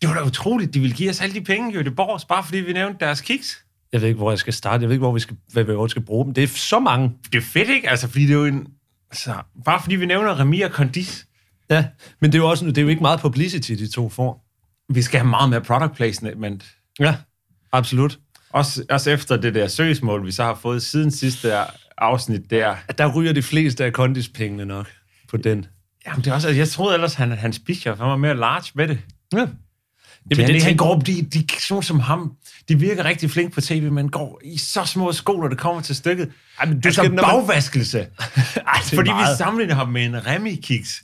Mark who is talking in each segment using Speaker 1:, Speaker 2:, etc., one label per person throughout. Speaker 1: Det var da utroligt, de ville give os alle de penge i Göteborg, bare fordi vi nævnte deres kiks.
Speaker 2: Jeg ved ikke, hvor jeg skal starte. Jeg ved ikke, hvor vi skal, hvad, hvor vi skal bruge dem. Det er så mange.
Speaker 1: Det er fedt, ikke? Altså, fordi det er jo en... Altså, bare fordi vi nævner Remi og Condis.
Speaker 2: Ja, men det er jo, også, det er jo ikke meget publicity, de to får.
Speaker 1: Vi skal have meget mere product placement.
Speaker 2: Ja, absolut.
Speaker 1: Også, også efter det der søgsmål, vi så har fået siden sidste afsnit der.
Speaker 2: At Der ryger de fleste af kondispengene nok på den.
Speaker 1: Jamen, det er også, altså, jeg troede ellers, han, han Bischoff, han var mere large med det.
Speaker 2: Ja.
Speaker 1: Jamen, det, han
Speaker 2: tænker-
Speaker 1: går op, de, de, sådan nogle som ham, de virker rigtig flink på tv, men går i så små sko, når det kommer til stykket. Ej, men du altså,
Speaker 2: skal-
Speaker 1: skal,
Speaker 2: når man-
Speaker 1: bagvaskelse. Ej,
Speaker 2: er
Speaker 1: fordi vi
Speaker 2: meget.
Speaker 1: sammenligner ham med en Remy-kiks.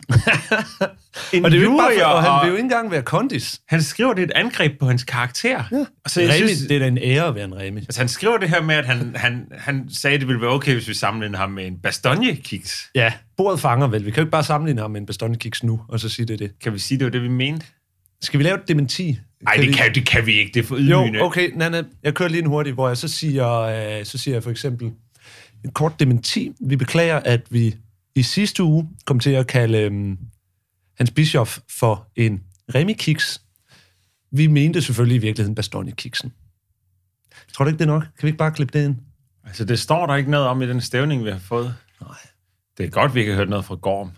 Speaker 1: en
Speaker 2: og det er jo ikke bare, for, og han vil jo
Speaker 1: og
Speaker 2: ikke engang være kondis.
Speaker 1: han skriver, det er et angreb på hans karakter. Ja. Og så Altså, jeg
Speaker 2: Remi,
Speaker 1: synes,
Speaker 2: det er da en ære at være en Remi.
Speaker 1: altså, han skriver det her med, at han, han, han sagde, det ville være okay, hvis vi sammenligner ham med en Bastogne-kiks.
Speaker 2: Ja, bordet fanger vel. Vi kan jo ikke bare sammenligne ham med en beståndekiks nu, og så sige det er det.
Speaker 1: Kan vi sige, det var det, vi mente?
Speaker 2: Skal vi lave et dementi?
Speaker 1: Nej,
Speaker 2: vi-
Speaker 1: det kan, det kan vi ikke. Det er for ydmygende.
Speaker 2: Jo, okay, Nana, jeg kører lige en hurtig, hvor jeg så siger, øh, så siger jeg for eksempel en kort dementi. Vi beklager, at vi i sidste uge kom til at kalde øh, Hans Bischof for en Remi Kiks. Vi mente selvfølgelig i virkeligheden Bastogne Kiksen. Tror du ikke, det er nok? Kan vi ikke bare klippe det ind?
Speaker 1: Altså, det står der ikke noget om i den stævning, vi har fået. Nej. Det er godt, vi ikke har hørt noget fra Gorm.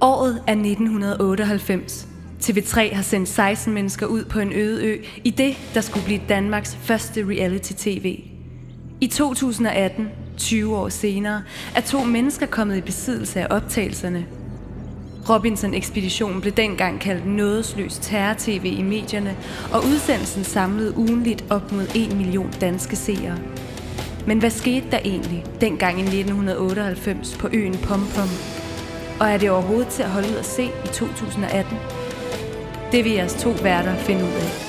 Speaker 3: Året er 1998. TV3 har sendt 16 mennesker ud på en øde ø i det, der skulle blive Danmarks første reality-tv. I 2018, 20 år senere, er to mennesker kommet i besiddelse af optagelserne. Robinson-ekspeditionen blev dengang kaldt nådesløs terror-tv i medierne, og udsendelsen samlede ugenligt op mod 1 million danske seere. Men hvad skete der egentlig dengang i 1998 på øen Pompom? Og er det overhovedet til at holde ud at se i 2018? Det vil jeres to værter finde ud af.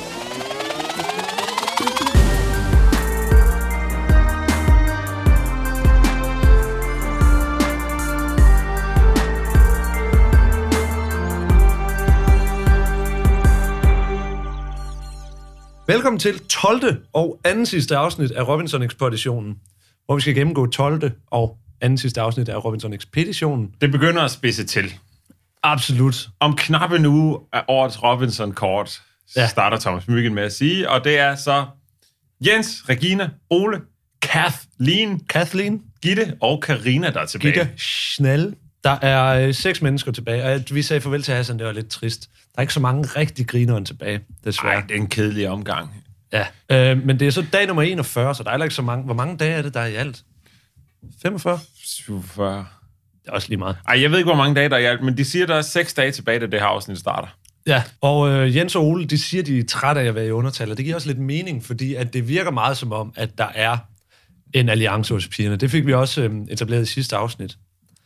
Speaker 2: Velkommen til 12. og anden sidste afsnit af Robinson-ekspeditionen, hvor vi skal gennemgå 12. og anden sidste afsnit af Robinson-ekspeditionen.
Speaker 1: Det begynder at spidse til.
Speaker 2: Absolut.
Speaker 1: Om knap en uge af årets Robinson-kort,
Speaker 2: Ja.
Speaker 1: ja. starter Thomas Myggen med at sige, og det er så Jens, Regina, Ole, Kathleen,
Speaker 2: Kathleen,
Speaker 1: Gitte og Karina der er tilbage.
Speaker 2: Gitte Schnell. Der er øh, seks mennesker tilbage, og at vi sagde farvel til Hassan, det var lidt trist. Der er ikke så mange rigtig grineren tilbage, desværre.
Speaker 1: Ej, det er en kedelig omgang.
Speaker 2: Ja. Øh, men det er så dag nummer 41, så der er heller ikke så mange. Hvor mange dage er det, der er i alt? 45?
Speaker 1: 47.
Speaker 2: Det er også lige meget.
Speaker 1: Ej, jeg ved ikke, hvor mange dage der er i alt, men de siger, der er seks dage tilbage, da det her afsnit starter.
Speaker 2: Ja, og øh, Jens og Ole, de siger, de er trætte af at være i undertal, og det giver også lidt mening, fordi at det virker meget som om, at der er en alliance hos pigerne. Det fik vi også øh, etableret i sidste afsnit.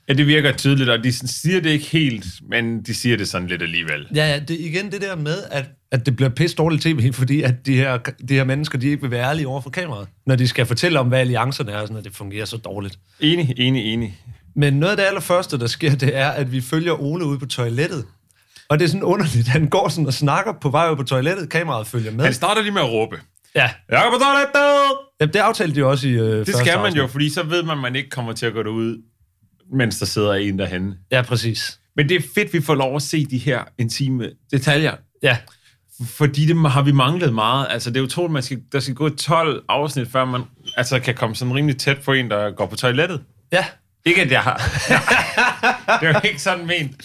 Speaker 1: Ja, det virker tydeligt, og de siger det ikke helt, men de siger det sådan lidt alligevel.
Speaker 2: Ja, ja, det er igen det der med, at, at det bliver pisse dårligt tv, fordi at de her, de her mennesker, de ikke vil være ærlige over for kameraet, når de skal fortælle om, hvad alliancerne er, og sådan, at det fungerer så dårligt.
Speaker 1: Enig, enig, enig.
Speaker 2: Men noget af det allerførste, der sker, det er, at vi følger Ole ud på toilettet. Og det er sådan underligt. Han går sådan og snakker på vej ud på toilettet, kameraet følger med.
Speaker 1: Han starter lige med at råbe.
Speaker 2: Ja,
Speaker 1: Jeg er på toilettet!
Speaker 2: Jamen, det aftalte de også i øh,
Speaker 1: Det skal man jo, fordi så ved man, at man ikke kommer til at gå derud, mens der sidder en derhenne.
Speaker 2: Ja, præcis.
Speaker 1: Men det er fedt, vi får lov at se de her intime detaljer,
Speaker 2: Ja,
Speaker 1: fordi det har vi manglet meget. Altså, det er utroligt, man skal, der skal gå 12 afsnit, før man altså, kan komme sådan rimelig tæt på en, der går på toilettet.
Speaker 2: ja.
Speaker 1: Ikke, at jeg har... det er jo ikke sådan ment.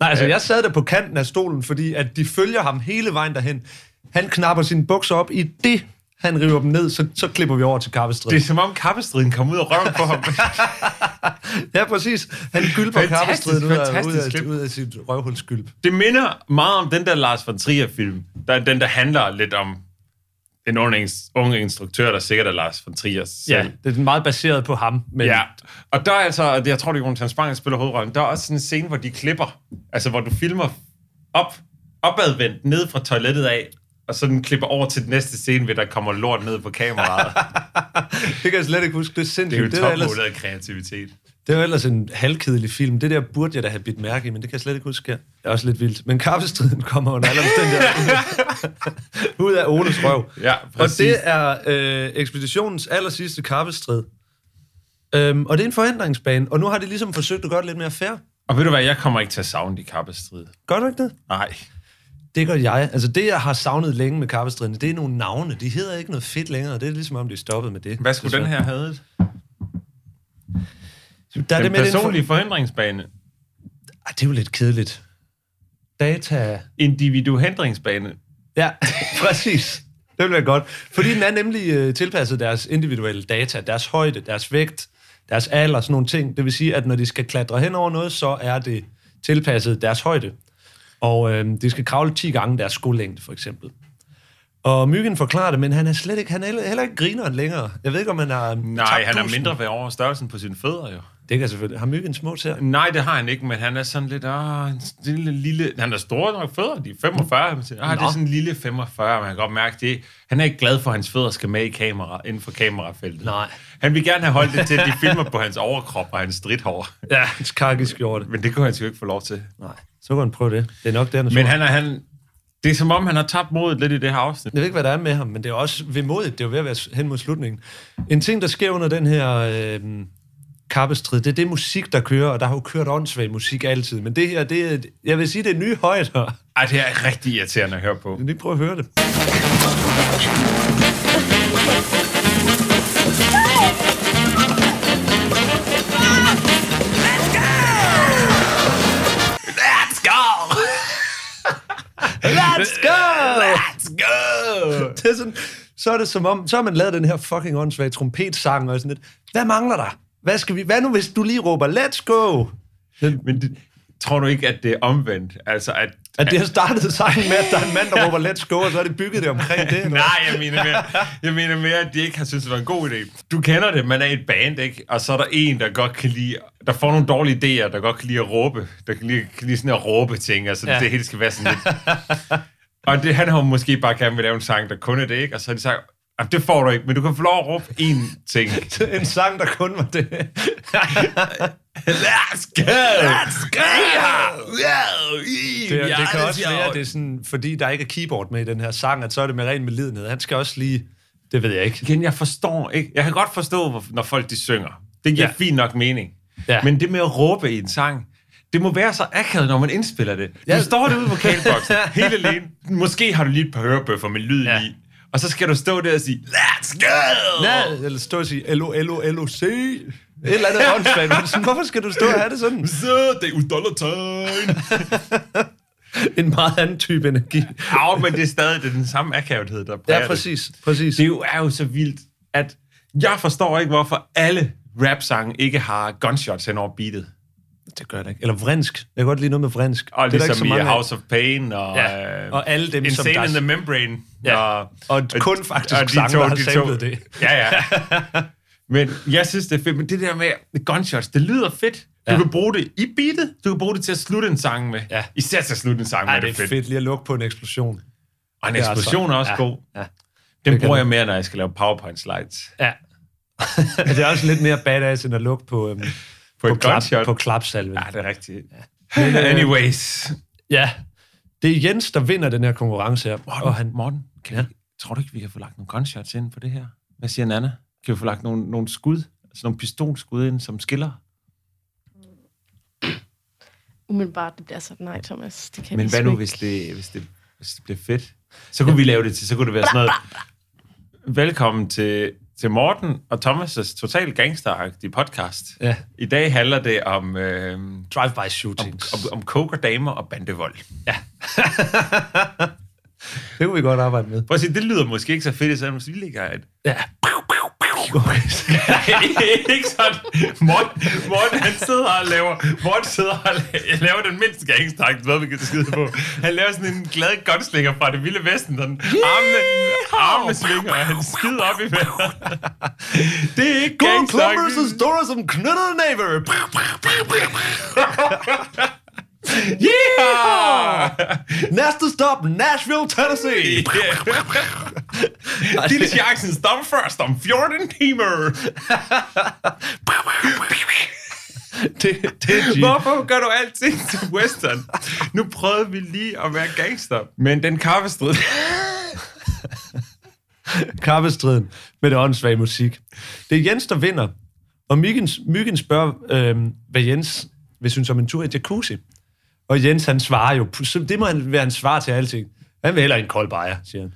Speaker 2: Nej, altså, jeg sad der på kanten af stolen, fordi at de følger ham hele vejen derhen. Han knapper sine bukser op i det, han river dem ned, så, så klipper vi over til kaffestriden.
Speaker 1: Det er som om kappestriden kom ud af røven på ham.
Speaker 2: Ja, præcis. Han gylper
Speaker 1: Fantastisk,
Speaker 2: kappestriden ud, af, ud,
Speaker 1: fantastisk
Speaker 2: af,
Speaker 1: klip.
Speaker 2: ud af sit røvhulsgylp.
Speaker 1: Det minder meget om den der Lars von Trier-film. Der er den, der handler lidt om en ung, ins- ung instruktør, der sikkert er Lars von Trier selv.
Speaker 2: Ja, det er meget baseret på ham. Men
Speaker 1: Ja, og der er altså, og jeg tror, det er Jonathan Spang, der spiller hovedrollen, der er også sådan en scene, hvor de klipper, altså hvor du filmer op, opadvendt, ned fra toilettet af, og så den klipper over til den næste scene, hvor der kommer lort ned på kameraet.
Speaker 2: det kan jeg slet ikke huske. Det er
Speaker 1: det er jo
Speaker 2: sindssygt. Det er, ellers,
Speaker 1: topmålet af kreativitet.
Speaker 2: det er jo ellers en halvkedelig film. Det der burde jeg da have bidt mærke i, men det kan jeg slet ikke huske. Ja. Det er også lidt vildt. Men kaffestriden kommer under alle omstændigheder ud- ud af Oles røv.
Speaker 1: Ja, præcis.
Speaker 2: Og det er øh, ekspeditionens aller sidste kaffestrid. Øhm, og det er en forhindringsbane, og nu har de ligesom forsøgt at gøre det lidt mere fair.
Speaker 1: Og ved du hvad, jeg kommer ikke til at savne de kappestrid.
Speaker 2: Gør du ikke det?
Speaker 1: Nej.
Speaker 2: Det gør jeg. Altså det, jeg har savnet længe med kappestridene, det er nogle navne. De hedder ikke noget fedt længere. Det er ligesom om, de er stoppet med det.
Speaker 1: Hvad skulle den her have?
Speaker 2: her? Der er det
Speaker 1: Den
Speaker 2: med den
Speaker 1: personlige forhindringsbane.
Speaker 2: For... Ej, det er jo lidt kedeligt. Data.
Speaker 1: Individuhindringsbane.
Speaker 2: Ja, præcis. Det bliver godt. Fordi den er nemlig øh, tilpasset deres individuelle data, deres højde, deres vægt, deres alder, sådan nogle ting. Det vil sige, at når de skal klatre hen over noget, så er det tilpasset deres højde. Og øh, de skal kravle 10 gange deres skolængde, for eksempel. Og Myggen forklarer det, men han er slet ikke, han er heller ikke grineren længere. Jeg ved ikke, om han har...
Speaker 1: Nej, han er mindre ved over størrelsen på sine fødder jo.
Speaker 2: Det kan selvfølgelig. Har Myggen små til?
Speaker 1: Nej, det har han ikke, men han er sådan lidt, ah, en lille, lille, han er store nok fødder, de er 45, men siger, ah, det er
Speaker 2: Nå.
Speaker 1: sådan en lille 45, man kan godt mærke det. Han er ikke glad for, at hans fødder skal med i kamera, inden for kamerafeltet.
Speaker 2: Nej.
Speaker 1: Han vil gerne have holdt det til, at de filmer på hans overkrop og hans stridthår.
Speaker 2: Ja, hans kakkeskjorte.
Speaker 1: Men det kunne han sgu ikke få lov til.
Speaker 2: Nej, så kan han prøve det. Det er nok det, han er
Speaker 1: Men han er, han, det er som om, han har tabt modet lidt i det her afsnit.
Speaker 2: Jeg ved ikke, hvad der er med ham, men det er også vemodigt. Det er jo ved at være hen mod slutningen. En ting, der sker under den her øh, kappestrid, det er det musik, der kører, og der har jo kørt åndssvag musik altid. Men det her, det er, jeg vil sige, det er nye højder.
Speaker 1: Ej, det er rigtig irriterende at høre på.
Speaker 2: Men lige prøv at høre det.
Speaker 1: Let's go!
Speaker 2: Let's go!
Speaker 1: Let's go!
Speaker 2: Det er sådan, så er det som om, så har man lavet den her fucking åndssvage trompetsang og sådan lidt. Hvad mangler der? Hvad, skal vi, hvad nu, hvis du lige råber, let's go?
Speaker 1: Men det, tror du ikke, at det er omvendt? Altså, at...
Speaker 2: At det har startet sangen med, at der er en mand, der råber, let's go, og så er det bygget det omkring det. eller hvad?
Speaker 1: Nej, jeg mener, mere, jeg mener mere, at de ikke har syntes, det var en god idé. Du kender det, man er i et band, ikke? Og så er der en, der godt kan lide... Der får nogle dårlige idéer, der godt kan lide at råbe. Der kan lide, kan lide sådan at råbe ting, altså
Speaker 2: Ja.
Speaker 1: ja. det hele skal være sådan lidt... og det, han har jo måske bare gerne vil lave en sang, der kun er det, ikke? Og så har de sagt, "Jamen, det får du ikke, men du kan få lov at råbe én ting.
Speaker 2: en sang, der kun var det.
Speaker 1: Let's go! Let's go!
Speaker 2: det, det kan også være, at det er sådan, fordi der ikke er keyboard med i den her sang, at så er det med ren medlidenhed. Han skal også lige... Det ved jeg ikke.
Speaker 1: igen, jeg forstår ikke. Jeg kan godt forstå, hvor- når folk de synger. Det giver
Speaker 2: Ja.
Speaker 1: ja. fint nok mening.
Speaker 2: Ja.
Speaker 1: Ja. Men det med at råbe i en sang, det må være så akavet, når man indspiller det. Du
Speaker 2: Ja.
Speaker 1: ja. står derude på vokalboksen, helt alene. Måske har du lige et par hørebøffer med lyd
Speaker 2: Ja.
Speaker 1: ja. i. Og så skal du stå der og sige, let's go!
Speaker 2: Ja, eller stå og sige, LO, LO, LO, C. Et eller andet åndssvagt. Men sådan, Hvorfor skal du stå og have det sådan?
Speaker 1: Så, det er udollertegn.
Speaker 2: En meget anden type energi.
Speaker 1: Ja, men det er stadig det er den samme akavethed, der præger
Speaker 2: Ja,
Speaker 1: det.
Speaker 2: præcis. præcis.
Speaker 1: det er jo, er jo så vildt, at jeg forstår ikke, hvorfor alle rap-sange ikke har gunshots hen over beatet.
Speaker 2: det gør det ikke. Eller vrinsk. Jeg kan godt lide noget med vrinsk.
Speaker 1: Og
Speaker 2: det er der
Speaker 1: ligesom i
Speaker 2: ikke så mange af.
Speaker 1: House of Pain og,
Speaker 2: Ja,
Speaker 1: øh,
Speaker 2: og alle dem, som
Speaker 1: Insane
Speaker 2: der-
Speaker 1: in the Membrane.
Speaker 2: Ja,
Speaker 1: Og,
Speaker 2: og kun faktisk sange, der har samlet det.
Speaker 1: Ja, ja. Men jeg synes, det er fedt. Men det der med gunshots, det lyder fedt. Du
Speaker 2: Ja.
Speaker 1: ja. kan bruge det i beatet. Du kan bruge det til at slutte en sang med.
Speaker 2: Ja.
Speaker 1: Især til at slutte en sang med.
Speaker 2: Ej, det er fedt lige at lukke på en eksplosion.
Speaker 1: Og en
Speaker 2: Det er altså-
Speaker 1: eksplosion er også
Speaker 2: ja,
Speaker 1: god.
Speaker 2: ja.
Speaker 1: Den
Speaker 2: Det kan
Speaker 1: bruger jeg
Speaker 2: man.
Speaker 1: mere, når jeg skal lave PowerPoint slides.
Speaker 2: Ja. det er også lidt mere badass, end at lukke på, øhm, på,
Speaker 1: et gunshot.
Speaker 2: på klapsalven.
Speaker 1: Ja, det er rigtigt. øh, Ja. Anyways.
Speaker 2: Ja. Det er Jens, der vinder den her konkurrence her. Og han,
Speaker 1: Morten kan
Speaker 2: Ja.
Speaker 1: ja. vi, tror du ikke, vi kan få lagt nogle gunshots ind på det her? Hvad siger Nana? Kan vi få lagt nogle, nogle skud, altså nogle pistolskud ind, som skiller?
Speaker 4: Umiddelbart, det bliver sådan, nej, Thomas, det kan
Speaker 1: Men
Speaker 4: jeg
Speaker 1: hvad
Speaker 4: ligesom
Speaker 1: nu,
Speaker 4: ikke.
Speaker 1: hvis det, hvis det, hvis det bliver fedt? Så kunne vi lave det til, så kunne det være sådan noget. Velkommen til, til Morten og Thomas' total gangsteragtige podcast.
Speaker 2: Ja.
Speaker 1: I dag handler det om, øh, om,
Speaker 2: drive-by shootings.
Speaker 1: om, om kokerdamer og bandevold.
Speaker 2: Ja. det kunne vi godt arbejde med.
Speaker 1: Prøv at sige, det lyder måske ikke så fedt, selvom vi ligger et...
Speaker 2: Ja.
Speaker 1: ikke sådan. Morten, Morten, han sidder og laver, Morten sidder og la- laver den mindste gangstakt, hvad vi kan skide på. Han laver sådan en glad gunslinger fra det vilde vesten, sådan armene, armene svinger, og han skider op i vejret. Det er ikke
Speaker 2: Go clubbers
Speaker 1: gangstak.
Speaker 2: and store som knyttet neighbor.
Speaker 1: Yeah!
Speaker 2: Næste stop, Nashville, Tennessee.
Speaker 1: Lille Jackson stopper først om 14 timer.
Speaker 2: det, det er G.
Speaker 1: Hvorfor gør du alting til western? Nu prøvede vi lige at være gangster. Men den kaffestrid...
Speaker 2: Kappestriden med det åndssvage musik. Det er Jens, der vinder. Og Myggen, Myggen spørger, øh, hvad Jens hvis hun som en tur i jacuzzi. Og Jens, han svarer jo, så det må han være en svar til alting. Han vil hellere en kold bajer, siger han.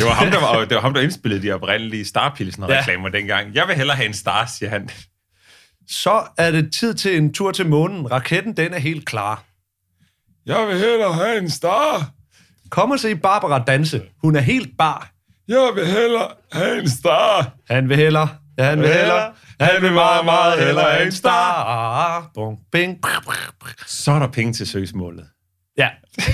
Speaker 1: Det var ham, der, var, det var ham, der indspillede de oprindelige Starpilsner-reklamer ja. dengang. Jeg vil hellere have en Star, siger han.
Speaker 2: Så er det tid til en tur til månen. Raketten, den er helt klar.
Speaker 1: Jeg vil hellere have en Star.
Speaker 2: Kom og se Barbara danse. Hun er helt bar.
Speaker 1: Jeg vil hellere have en Star.
Speaker 2: Han vil hellere. Ja, han vil hellere. Han vil meget, meget hellere have en star. Bong, bing.
Speaker 1: Så er der penge til søgsmålet.
Speaker 2: Ja.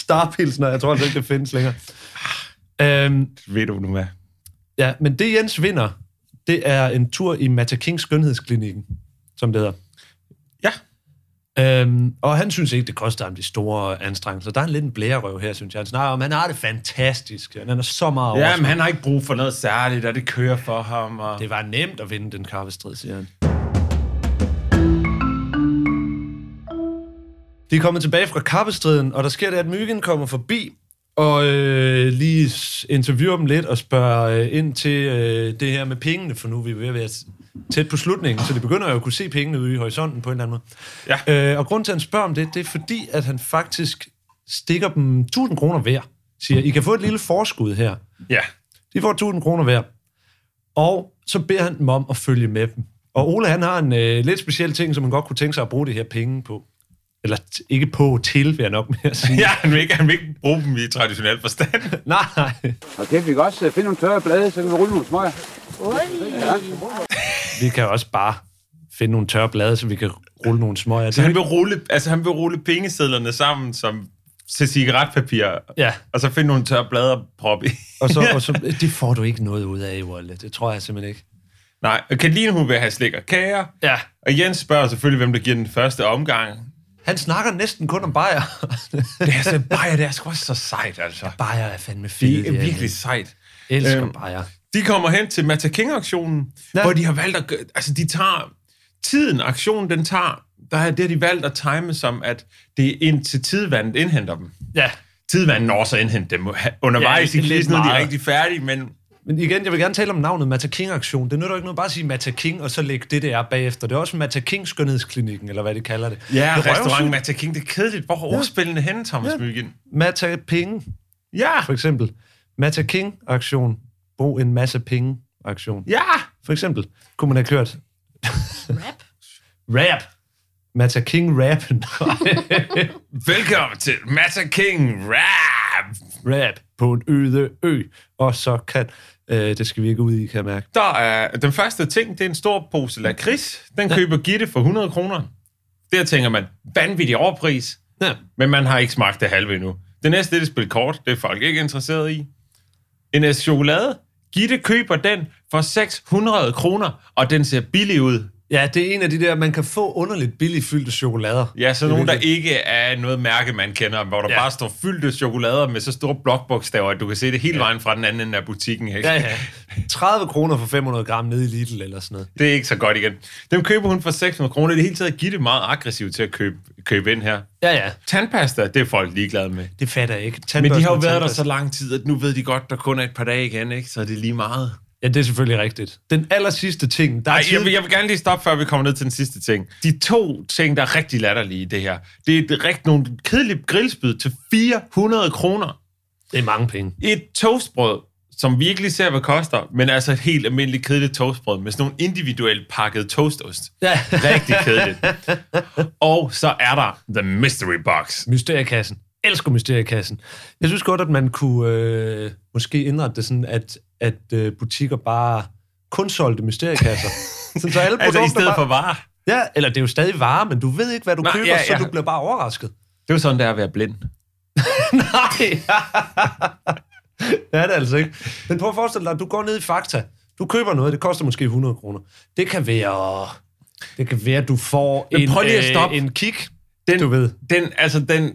Speaker 2: Starpilsner, jeg tror altså ikke, det findes længere. Øhm,
Speaker 1: Ved du nu hvad?
Speaker 2: ja, men det Jens vinder, det er en tur i Mata Kings Skønhedsklinikken, som det hedder.
Speaker 1: Ja.
Speaker 2: Øhm, og han synes ikke, det koster ham de store anstrengelser. Der er en lidt en blærerøv her, synes jeg. Han snakker om, han har det fantastisk. Han er så meget
Speaker 1: Ja,
Speaker 2: overskud.
Speaker 1: men han har ikke brug for noget særligt, og det kører for ham. Og...
Speaker 2: Det var nemt at vinde den kaffestrid, siger han. De er kommet tilbage fra kappestriden, og der sker det, at Myggen kommer forbi og øh, lige s- interviewer dem lidt og spørger øh, ind til øh, det her med pengene, for nu er vi ved at være s- tæt på slutningen, så det begynder jo at kunne se pengene ude i horisonten på en eller anden måde. Ja. Øh, og grunden til, at han spørger om det, det er fordi, at han faktisk stikker dem 1000 kroner hver. Siger, I kan få et lille forskud her.
Speaker 1: Ja.
Speaker 2: De får 1000 kroner hver. Og så beder han dem om at følge med dem. Og Ole, han har en øh, lidt speciel ting, som han godt kunne tænke sig at bruge det her penge på. Eller t- ikke på, til, vil jeg nok med at sige.
Speaker 1: Ja, han vil, ikke, han vil ikke bruge dem i traditionel forstand.
Speaker 2: Nej, nej.
Speaker 5: Og kæft, vi kan også øh, finde nogle tørre blade, så kan vi rulle nogle smøger.
Speaker 2: Vi kan også bare finde nogle tørre blade, så vi kan rulle nogle små af
Speaker 1: Så han
Speaker 2: det.
Speaker 1: vil rulle, altså, han vil rulle pengesedlerne sammen som til cigaretpapir,
Speaker 2: Ja,
Speaker 1: og så finde nogle tørre blader at proppe i.
Speaker 2: og så, og så, det får du ikke noget ud af, Ole. Det tror jeg simpelthen ikke.
Speaker 1: Nej, og Karoline, hun vil have slik og kager.
Speaker 2: Ja.
Speaker 1: Og Jens spørger selvfølgelig, hvem der giver den første omgang.
Speaker 2: Han snakker næsten kun om bajer.
Speaker 1: Det er så bajer, det er sgu også så sejt, altså.
Speaker 2: bajer er fandme fede.
Speaker 1: Det er virkelig sejt.
Speaker 2: Jeg elsker
Speaker 1: Øhm,
Speaker 2: bajer.
Speaker 1: De kommer hen til Mata King-aktionen,
Speaker 2: Ja.
Speaker 1: ja. hvor de har valgt at... gø- Altså, de tager... Tiden, aktionen, den tager... Der er det, har de valgt at time som, at det er ind til tidvandet indhenter dem.
Speaker 2: Ja.
Speaker 1: Tidvandet når så at indhente dem undervejs
Speaker 2: Ja,
Speaker 1: ja,
Speaker 2: det
Speaker 1: i
Speaker 2: er lidt
Speaker 1: quizzen, når de er
Speaker 2: meget.
Speaker 1: rigtig færdige, men
Speaker 2: Men igen, jeg vil gerne tale om navnet Mata King-aktion. Det nytter ikke noget bare at sige Mata King, og så lægge det der bagefter. Det er også Mata King Skønhedsklinikken, eller hvad de kalder det.
Speaker 1: ja,
Speaker 2: det er
Speaker 1: restaurant
Speaker 2: røvsygt.
Speaker 1: Mata King, det er kedeligt. Hvor er ordspillene henne, Thomas ja. Myggen?
Speaker 2: Mata Penge,
Speaker 1: Ja,
Speaker 2: for eksempel. Mata King-aktion. Brug en masse penge-aktion.
Speaker 1: ja!
Speaker 2: For eksempel kunne man have kørt... rap? rap. Mata King-rappen.
Speaker 1: Velkommen til Mata King Rap!
Speaker 2: rap på en øde ø. Og så kan... Øh, det skal vi ikke ud i, kan jeg mærke.
Speaker 1: Der er, den første ting, det er en stor pose lakrids. Den køber Gitte for 100 kroner. Der tænker man, vanvittig overpris.
Speaker 2: Ja.
Speaker 1: Men man har ikke smagt det halve endnu. Det næste det er et spil kort. Det er folk ikke interesseret i. En æske chokolade. Gitte køber den for 600 kroner, og den ser billig ud.
Speaker 2: ja, det er en af de der, man kan få underligt billigt fyldte chokolader.
Speaker 1: Ja, så
Speaker 2: Det er
Speaker 1: nogen, der
Speaker 2: virkelig-
Speaker 1: ikke er noget mærke, man kender, hvor der
Speaker 2: Ja.
Speaker 1: ja. bare står fyldte chokolader med så store blokbogstaver, at du kan se det hele vejen fra den anden ende af butikken. Ikke?
Speaker 2: Ja, ja. 30 kroner for 500 gram nede i Lidl eller sådan noget.
Speaker 1: Det er ikke så godt igen. Dem køber hun for 600 kroner. Det er hele taget Gitte meget aggressivt til at købe, købe ind her.
Speaker 2: Ja, ja.
Speaker 1: Tandpasta, det er folk ligeglade med.
Speaker 2: Det fatter jeg ikke.
Speaker 1: Men de har jo
Speaker 2: Tandbørsten
Speaker 1: været
Speaker 2: og
Speaker 1: der
Speaker 2: tandbørsten.
Speaker 1: så lang tid, at nu ved de godt, der kun er et par dage igen, ikke? Så er det lige meget.
Speaker 2: Ja, det er selvfølgelig rigtigt. Den aller sidste ting, der er
Speaker 1: Ej,
Speaker 2: tid...
Speaker 1: jeg, vil, jeg vil gerne lige stoppe, før vi kommer ned til den sidste ting. De to ting, der er rigtig latterlige i det her, det er et rigtig nogle kedelige grillspyd til 400 kroner.
Speaker 2: Det er mange penge.
Speaker 1: Et toastbrød, som vi ikke lige ser, hvad koster, men altså et helt almindeligt kedeligt toastbrød med sådan nogle individuelt pakket toastost.
Speaker 2: Ja.
Speaker 1: Rigtig kedeligt. Og så er der The Mystery Box.
Speaker 2: Mysteriekassen. Elsker mysteriekassen. Jeg synes godt, at man kunne øh, måske indrette det sådan, at, at øh, butikker bare kun solgte mysteriekasser. sådan, så alle
Speaker 1: Altså
Speaker 2: produkter
Speaker 1: i stedet
Speaker 2: bare...
Speaker 1: for varer.
Speaker 2: Ja, eller det er jo stadig varer, men du ved ikke, hvad du
Speaker 1: Nå,
Speaker 2: køber,
Speaker 1: ja,
Speaker 2: så
Speaker 1: ja.
Speaker 2: du bliver bare overrasket.
Speaker 1: Det er jo sådan, det er at være blind.
Speaker 2: Nej. det er det altså ikke. Men prøv at forestille dig, at du går ned i Fakta. Du køber noget, det koster måske 100 kroner. Det kan være... Det kan være, at du får
Speaker 1: Men
Speaker 2: en,
Speaker 1: prøv lige at
Speaker 2: øh,
Speaker 1: stoppe.
Speaker 2: en kick,
Speaker 1: Den-
Speaker 2: du ved.
Speaker 1: den, altså den,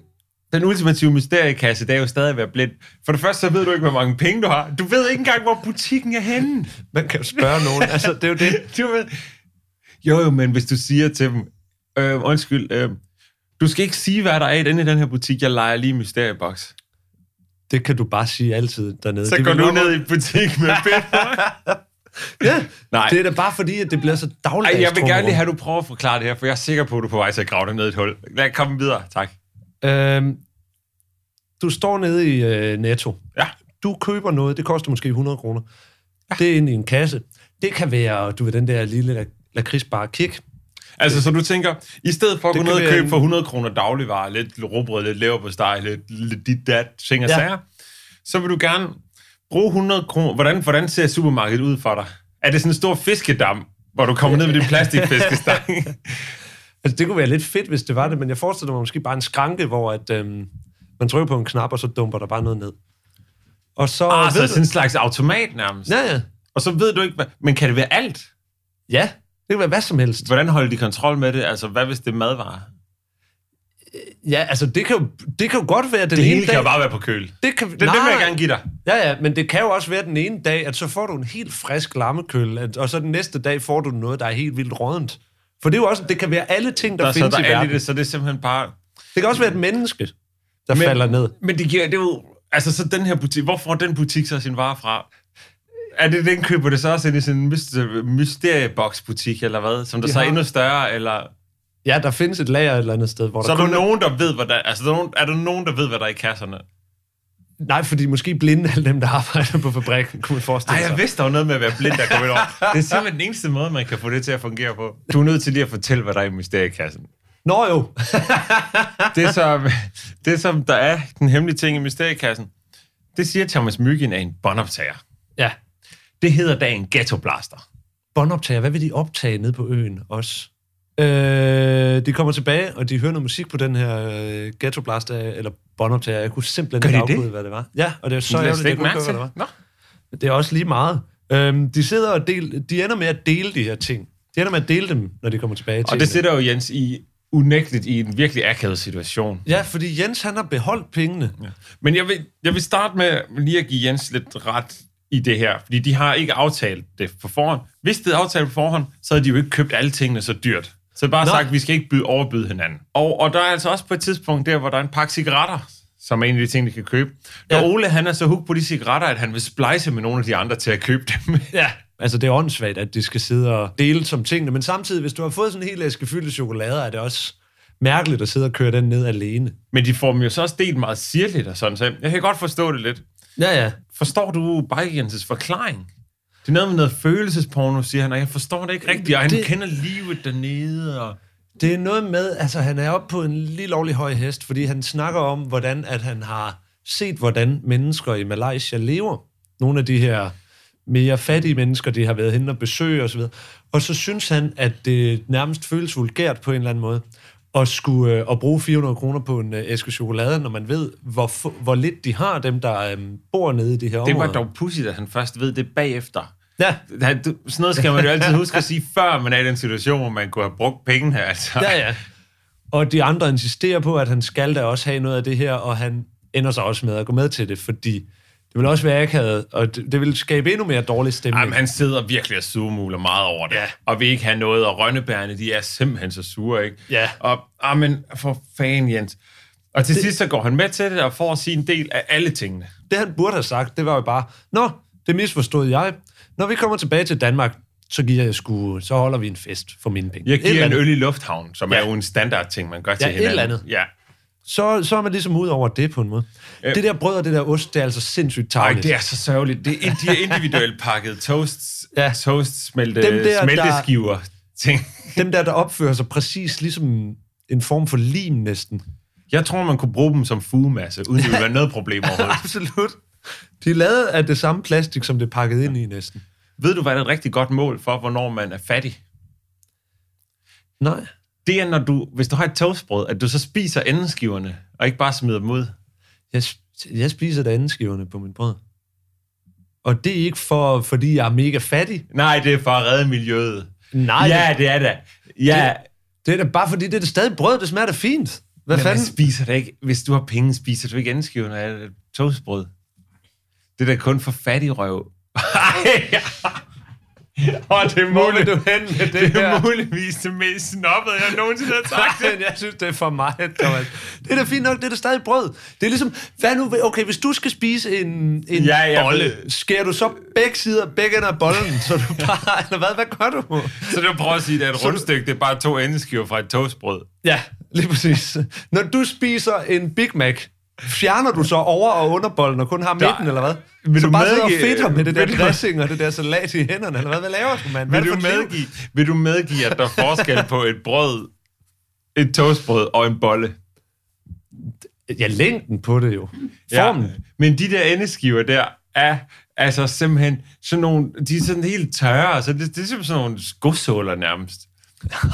Speaker 1: den ultimative mysteriekasse, det er jo stadig at være blind. For det første, så ved du ikke, hvor mange penge du har. Du ved ikke engang, hvor butikken er henne.
Speaker 2: Man kan jo spørge nogen. Altså, det er jo det.
Speaker 1: Du ved, jo, jo, men hvis du siger til dem, øh, undskyld, øh, du skal ikke sige, hvad der er i den, i den her butik. Jeg leger lige mysterieboks.
Speaker 2: Det kan du bare sige altid dernede.
Speaker 1: Så
Speaker 2: det
Speaker 1: går
Speaker 2: vil
Speaker 1: du
Speaker 2: nok-
Speaker 1: ned i butikken med Peter.
Speaker 2: Ja,
Speaker 1: Nej.
Speaker 2: det er da bare fordi, at det bliver så dagligdags.
Speaker 1: Ej, jeg vil gerne
Speaker 2: trummerum.
Speaker 1: lige have, at du prøver at forklare det her, for jeg er sikker på, at du er på vej til at grave dig ned i et hul. Lad komme videre, tak.
Speaker 2: Øhm, du står nede i øh, Netto.
Speaker 1: Ja.
Speaker 2: Du køber noget, det koster måske 100 kroner. Ja. Det er inde i en kasse. Det kan være, du ved, den der lille lak- lakridsbar kik.
Speaker 1: Altså, så du tænker, i stedet for at
Speaker 2: Det
Speaker 1: gå
Speaker 2: kan
Speaker 1: ned og
Speaker 2: være
Speaker 1: købe
Speaker 2: en-
Speaker 1: for 100 kroner dagligvarer, lidt råbrød, lidt leverpostej, lidt, lidt dit dat, ting og
Speaker 2: Ja.
Speaker 1: ja. sager, så vil du gerne bruge 100 kroner. Hvordan, hvordan ser supermarkedet ud for dig? Er det sådan en stor fiskedam, hvor du kommer ned med din plastikfiskestang?
Speaker 2: Altså, det kunne være lidt fedt, hvis det var det, men jeg forestiller mig måske bare en skranke, hvor at, øhm, man trykker på en knap, og så dumper der bare noget ned. Og så...
Speaker 1: ah, så
Speaker 2: ved
Speaker 1: sådan
Speaker 2: du,
Speaker 1: en slags automat nærmest. Ja.
Speaker 2: ja, ja.
Speaker 1: Og så ved du ikke, hvad, men kan det være alt?
Speaker 2: ja, det kan være hvad som helst.
Speaker 1: Hvordan holder de kontrol med det? Altså, hvad hvis det er madvarer?
Speaker 2: Ja, altså, det kan jo, det kan jo godt være den
Speaker 1: Det
Speaker 2: ene
Speaker 1: hele
Speaker 2: dag...
Speaker 1: kan jo bare være på køl. Det,
Speaker 2: det kan,
Speaker 1: det, det vil jeg gerne give dig.
Speaker 2: Ja, ja, men det kan jo også være den ene dag, at så får du en helt frisk lammekøl, at- og så den næste dag får du noget, der er helt vildt rådent. For det er jo også, det kan være alle ting, der,
Speaker 1: Der,
Speaker 2: der
Speaker 1: så
Speaker 2: findes
Speaker 1: der
Speaker 2: i
Speaker 1: er
Speaker 2: verden.
Speaker 1: alt i det,
Speaker 2: Det.
Speaker 1: så det er simpelthen bare...
Speaker 2: det kan også være et menneske, der men, falder ned.
Speaker 1: Men det giver, det er jo, altså så den her butik, hvor får den butik så sin vare fra? Er det den, køber det så også ind i sådan en myster- mysteriebox-butik, eller hvad? Som der
Speaker 2: De
Speaker 1: så er
Speaker 2: har-
Speaker 1: endnu større, eller...
Speaker 2: Ja, der findes et lager et eller andet sted, hvor
Speaker 1: Så er
Speaker 2: der
Speaker 1: der
Speaker 2: kun...
Speaker 1: nogen, der ved, hvad der... Altså, der er, nogen, er der nogen, der ved, hvad der er i kasserne?
Speaker 2: Nej, fordi måske blinde alle dem, der arbejder på fabrikken, kunne man
Speaker 1: Nej,
Speaker 2: forestille sig.
Speaker 1: jeg vidste, der var noget med at være blind, der kom ind over. Det er simpelthen den eneste måde, man kan få det til at fungere på. Du er nødt til lige at fortælle, hvad der er i mysteriekassen.
Speaker 2: Nå jo,
Speaker 1: det, som, det, som der er den hemmelige ting i mysteriekassen, det siger Thomas Myggen er en båndoptager.
Speaker 2: ja.
Speaker 1: Det hedder da en ghettoblaster.
Speaker 2: Båndoptager, hvad vil de optage nede på øen også? Øh, de kommer tilbage, og de hører noget musik på den her øh, Ghetto Blast, af- eller båndoptager. Jeg kunne simpelthen
Speaker 1: Gør
Speaker 2: ikke
Speaker 1: de det?
Speaker 2: afkode, hvad det var. Ja, og det er så
Speaker 1: Lad os
Speaker 2: ærgerligt,
Speaker 1: slet
Speaker 2: jeg
Speaker 1: ikke
Speaker 2: kunne ikke
Speaker 1: mærke
Speaker 2: høre,
Speaker 1: til.
Speaker 2: hvad det var.
Speaker 1: Nå.
Speaker 2: Det er også lige meget. Øhm, de sidder og del, de ender med at dele de her ting. De ender med at dele dem, når de kommer tilbage til
Speaker 1: Og det sætter jo Jens i unægteligt i en virkelig akavet situation.
Speaker 2: Ja, fordi Jens han har beholdt pengene. Ja.
Speaker 1: Men jeg vil, jeg vil starte med lige at give Jens lidt ret i det her, fordi de har ikke aftalt det på forhånd. Hvis det er aftalt på forhånd, så havde de jo ikke købt alle tingene så dyrt. Så bare
Speaker 2: Nå.
Speaker 1: Nå. sagt, vi skal ikke byde, overbyde hinanden. Og, og der er altså også på et tidspunkt der, hvor der er en pakke cigaretter, som er en af de ting, de kan købe. Når
Speaker 2: Ja.
Speaker 1: ja. Ole han er så hooked på de cigaretter, at han vil splice med nogle af de andre til at købe dem.
Speaker 2: ja. Altså, det er åndssvagt, at de skal sidde og dele som tingene, men samtidig, hvis du har fået sådan en hel æske fyldte chokolader, er det også mærkeligt at sidde og køre den ned alene.
Speaker 1: Men de får dem jo så også delt meget sirligt og sådan, så jeg kan godt forstå det lidt.
Speaker 2: Ja, ja.
Speaker 1: forstår du bare Jens' forklaring? Det er noget med noget følelsesporno, siger han, og jeg forstår det ikke rigtigt, og han
Speaker 2: Det-
Speaker 1: det... kender livet dernede. Og...
Speaker 2: Det er noget med, altså han er oppe på en lige lovlig høj hest, fordi han snakker om, hvordan at han har set, hvordan mennesker i Malaysia lever. Nogle af de her mere fattige mennesker, de har været henne og besøge osv. Og så synes han, at det nærmest føles vulgært på en eller anden måde, at, skulle, øh, at bruge 400 kroner på en øh, æske chokolade, når man ved, hvor, få- hvor lidt de har, dem der øh, bor nede i de her
Speaker 1: Det
Speaker 2: områder.
Speaker 1: var dog pudsigt, at han først ved det bagefter.
Speaker 2: Ja,
Speaker 1: Han- du- Sådan noget skal man jo altid huske at sige, før man er i den situation, hvor man kunne have brugt penge her. Altså.
Speaker 2: Ja, ja. Og de andre insisterer på, at han skal da også have noget af det her, og han ender sig også med at gå med til det, fordi det vil også være akavet, og det, det vil skabe endnu mere dårlig stemning.
Speaker 1: Jamen, han sidder virkelig og surmuler meget over det,
Speaker 2: Ja.
Speaker 1: ja. og vil ikke have noget, og rønnebærne, de er simpelthen så sure, ikke?
Speaker 2: Ja.
Speaker 1: Og, amen, for fanden, Jens. Og til det... sidst så går han med til det, og får sin del af alle tingene.
Speaker 2: Det han burde have sagt, det var jo bare, Nå, det misforstod jeg. Når vi kommer tilbage til Danmark, så giver jeg sgu, så holder vi en fest for mine penge.
Speaker 1: Jeg
Speaker 2: Et eller
Speaker 1: giver en
Speaker 2: andet.
Speaker 1: øl i lufthavnen, som
Speaker 2: Ja.
Speaker 1: ja. er jo en standard ting, man gør til
Speaker 2: et
Speaker 1: hinanden.
Speaker 2: eller andet.
Speaker 1: Ja,
Speaker 2: så, så er man ligesom ud over det på en måde. Øh. Det der brød og det der ost, det er altså sindssygt
Speaker 1: Ej,
Speaker 2: tarveligt.
Speaker 1: det er så sørgeligt. Det er, de er individuelt pakket toasts,
Speaker 2: Ja.
Speaker 1: ja. toast smelte,
Speaker 2: Dem der,
Speaker 1: der, smelteskiver. Ting.
Speaker 2: Dem der, der opfører sig præcis ligesom en form for lim næsten.
Speaker 1: Jeg tror, man kunne bruge dem som fugemasse, uden det ville være noget problem overhovedet.
Speaker 2: Absolut. De er lavet af det samme plastik, som det er pakket ind i næsten.
Speaker 1: Ved du, hvad der er et rigtig godt mål for, hvornår man er fattig?
Speaker 2: Nej.
Speaker 1: Det er, når du, hvis du har et toastbrød, at du så spiser endeskiverne, og ikke bare smider dem ud.
Speaker 2: Jeg, sp- jeg spiser da andeskiverne på min brød. Og det er ikke for, fordi jeg er mega fattig.
Speaker 1: Nej, det er for at redde miljøet.
Speaker 2: Nej,
Speaker 1: ja, det er det. Ja,
Speaker 2: det er da bare fordi, det er da stadig brød, det smager da fint. Hvad
Speaker 1: men man
Speaker 2: fanden?
Speaker 1: spiser det ikke. Hvis du har penge, spiser du ikke endeskiverne af et toastbrød. Det er da kun for fattig røv. Ej, Og det er
Speaker 2: Hvor vil
Speaker 1: muligt,
Speaker 2: du hen med det
Speaker 1: det er
Speaker 2: her?
Speaker 1: muligvis det mest snobbede, jeg nogensinde har sagt.
Speaker 2: Nej, jeg synes, det er for meget, Thomas. Det er da fint nok, det er da stadig brød. Det er ligesom, hvad nu, okay, hvis du skal spise en, en
Speaker 1: Ja, jeg
Speaker 2: bolle,
Speaker 1: ved.
Speaker 2: skærer du så begge sider, begge ender af bollen, så du bare, eller hvad, hvad gør du?
Speaker 1: Så det prøver at sige, at et rundstykke, det er bare to endeskiver fra et toastbrød.
Speaker 2: Ja, lige præcis. Når du spiser en Big Mac, fjerner du så over- og underbollen og kun har midten,
Speaker 1: Der-
Speaker 2: eller hvad?
Speaker 1: Vil
Speaker 2: så
Speaker 1: du
Speaker 2: bare
Speaker 1: medgive-
Speaker 2: sidder og fedter med det der
Speaker 1: Vil du-
Speaker 2: dressing og det der salat i hænderne, eller hvad? Hvad laver du, mand? Hvad
Speaker 1: Vil
Speaker 2: er
Speaker 1: du,
Speaker 2: det for et liv?
Speaker 1: medgive, vil du medgive, at der er forskel på et brød, et toastbrød og en bolle?
Speaker 2: Ja, længden på det jo. Formen. Ja.
Speaker 1: Men de der endeskiver der er altså simpelthen sådan nogle, de er sådan helt tørre, så det, det er simpelthen sådan nogle skosåler nærmest.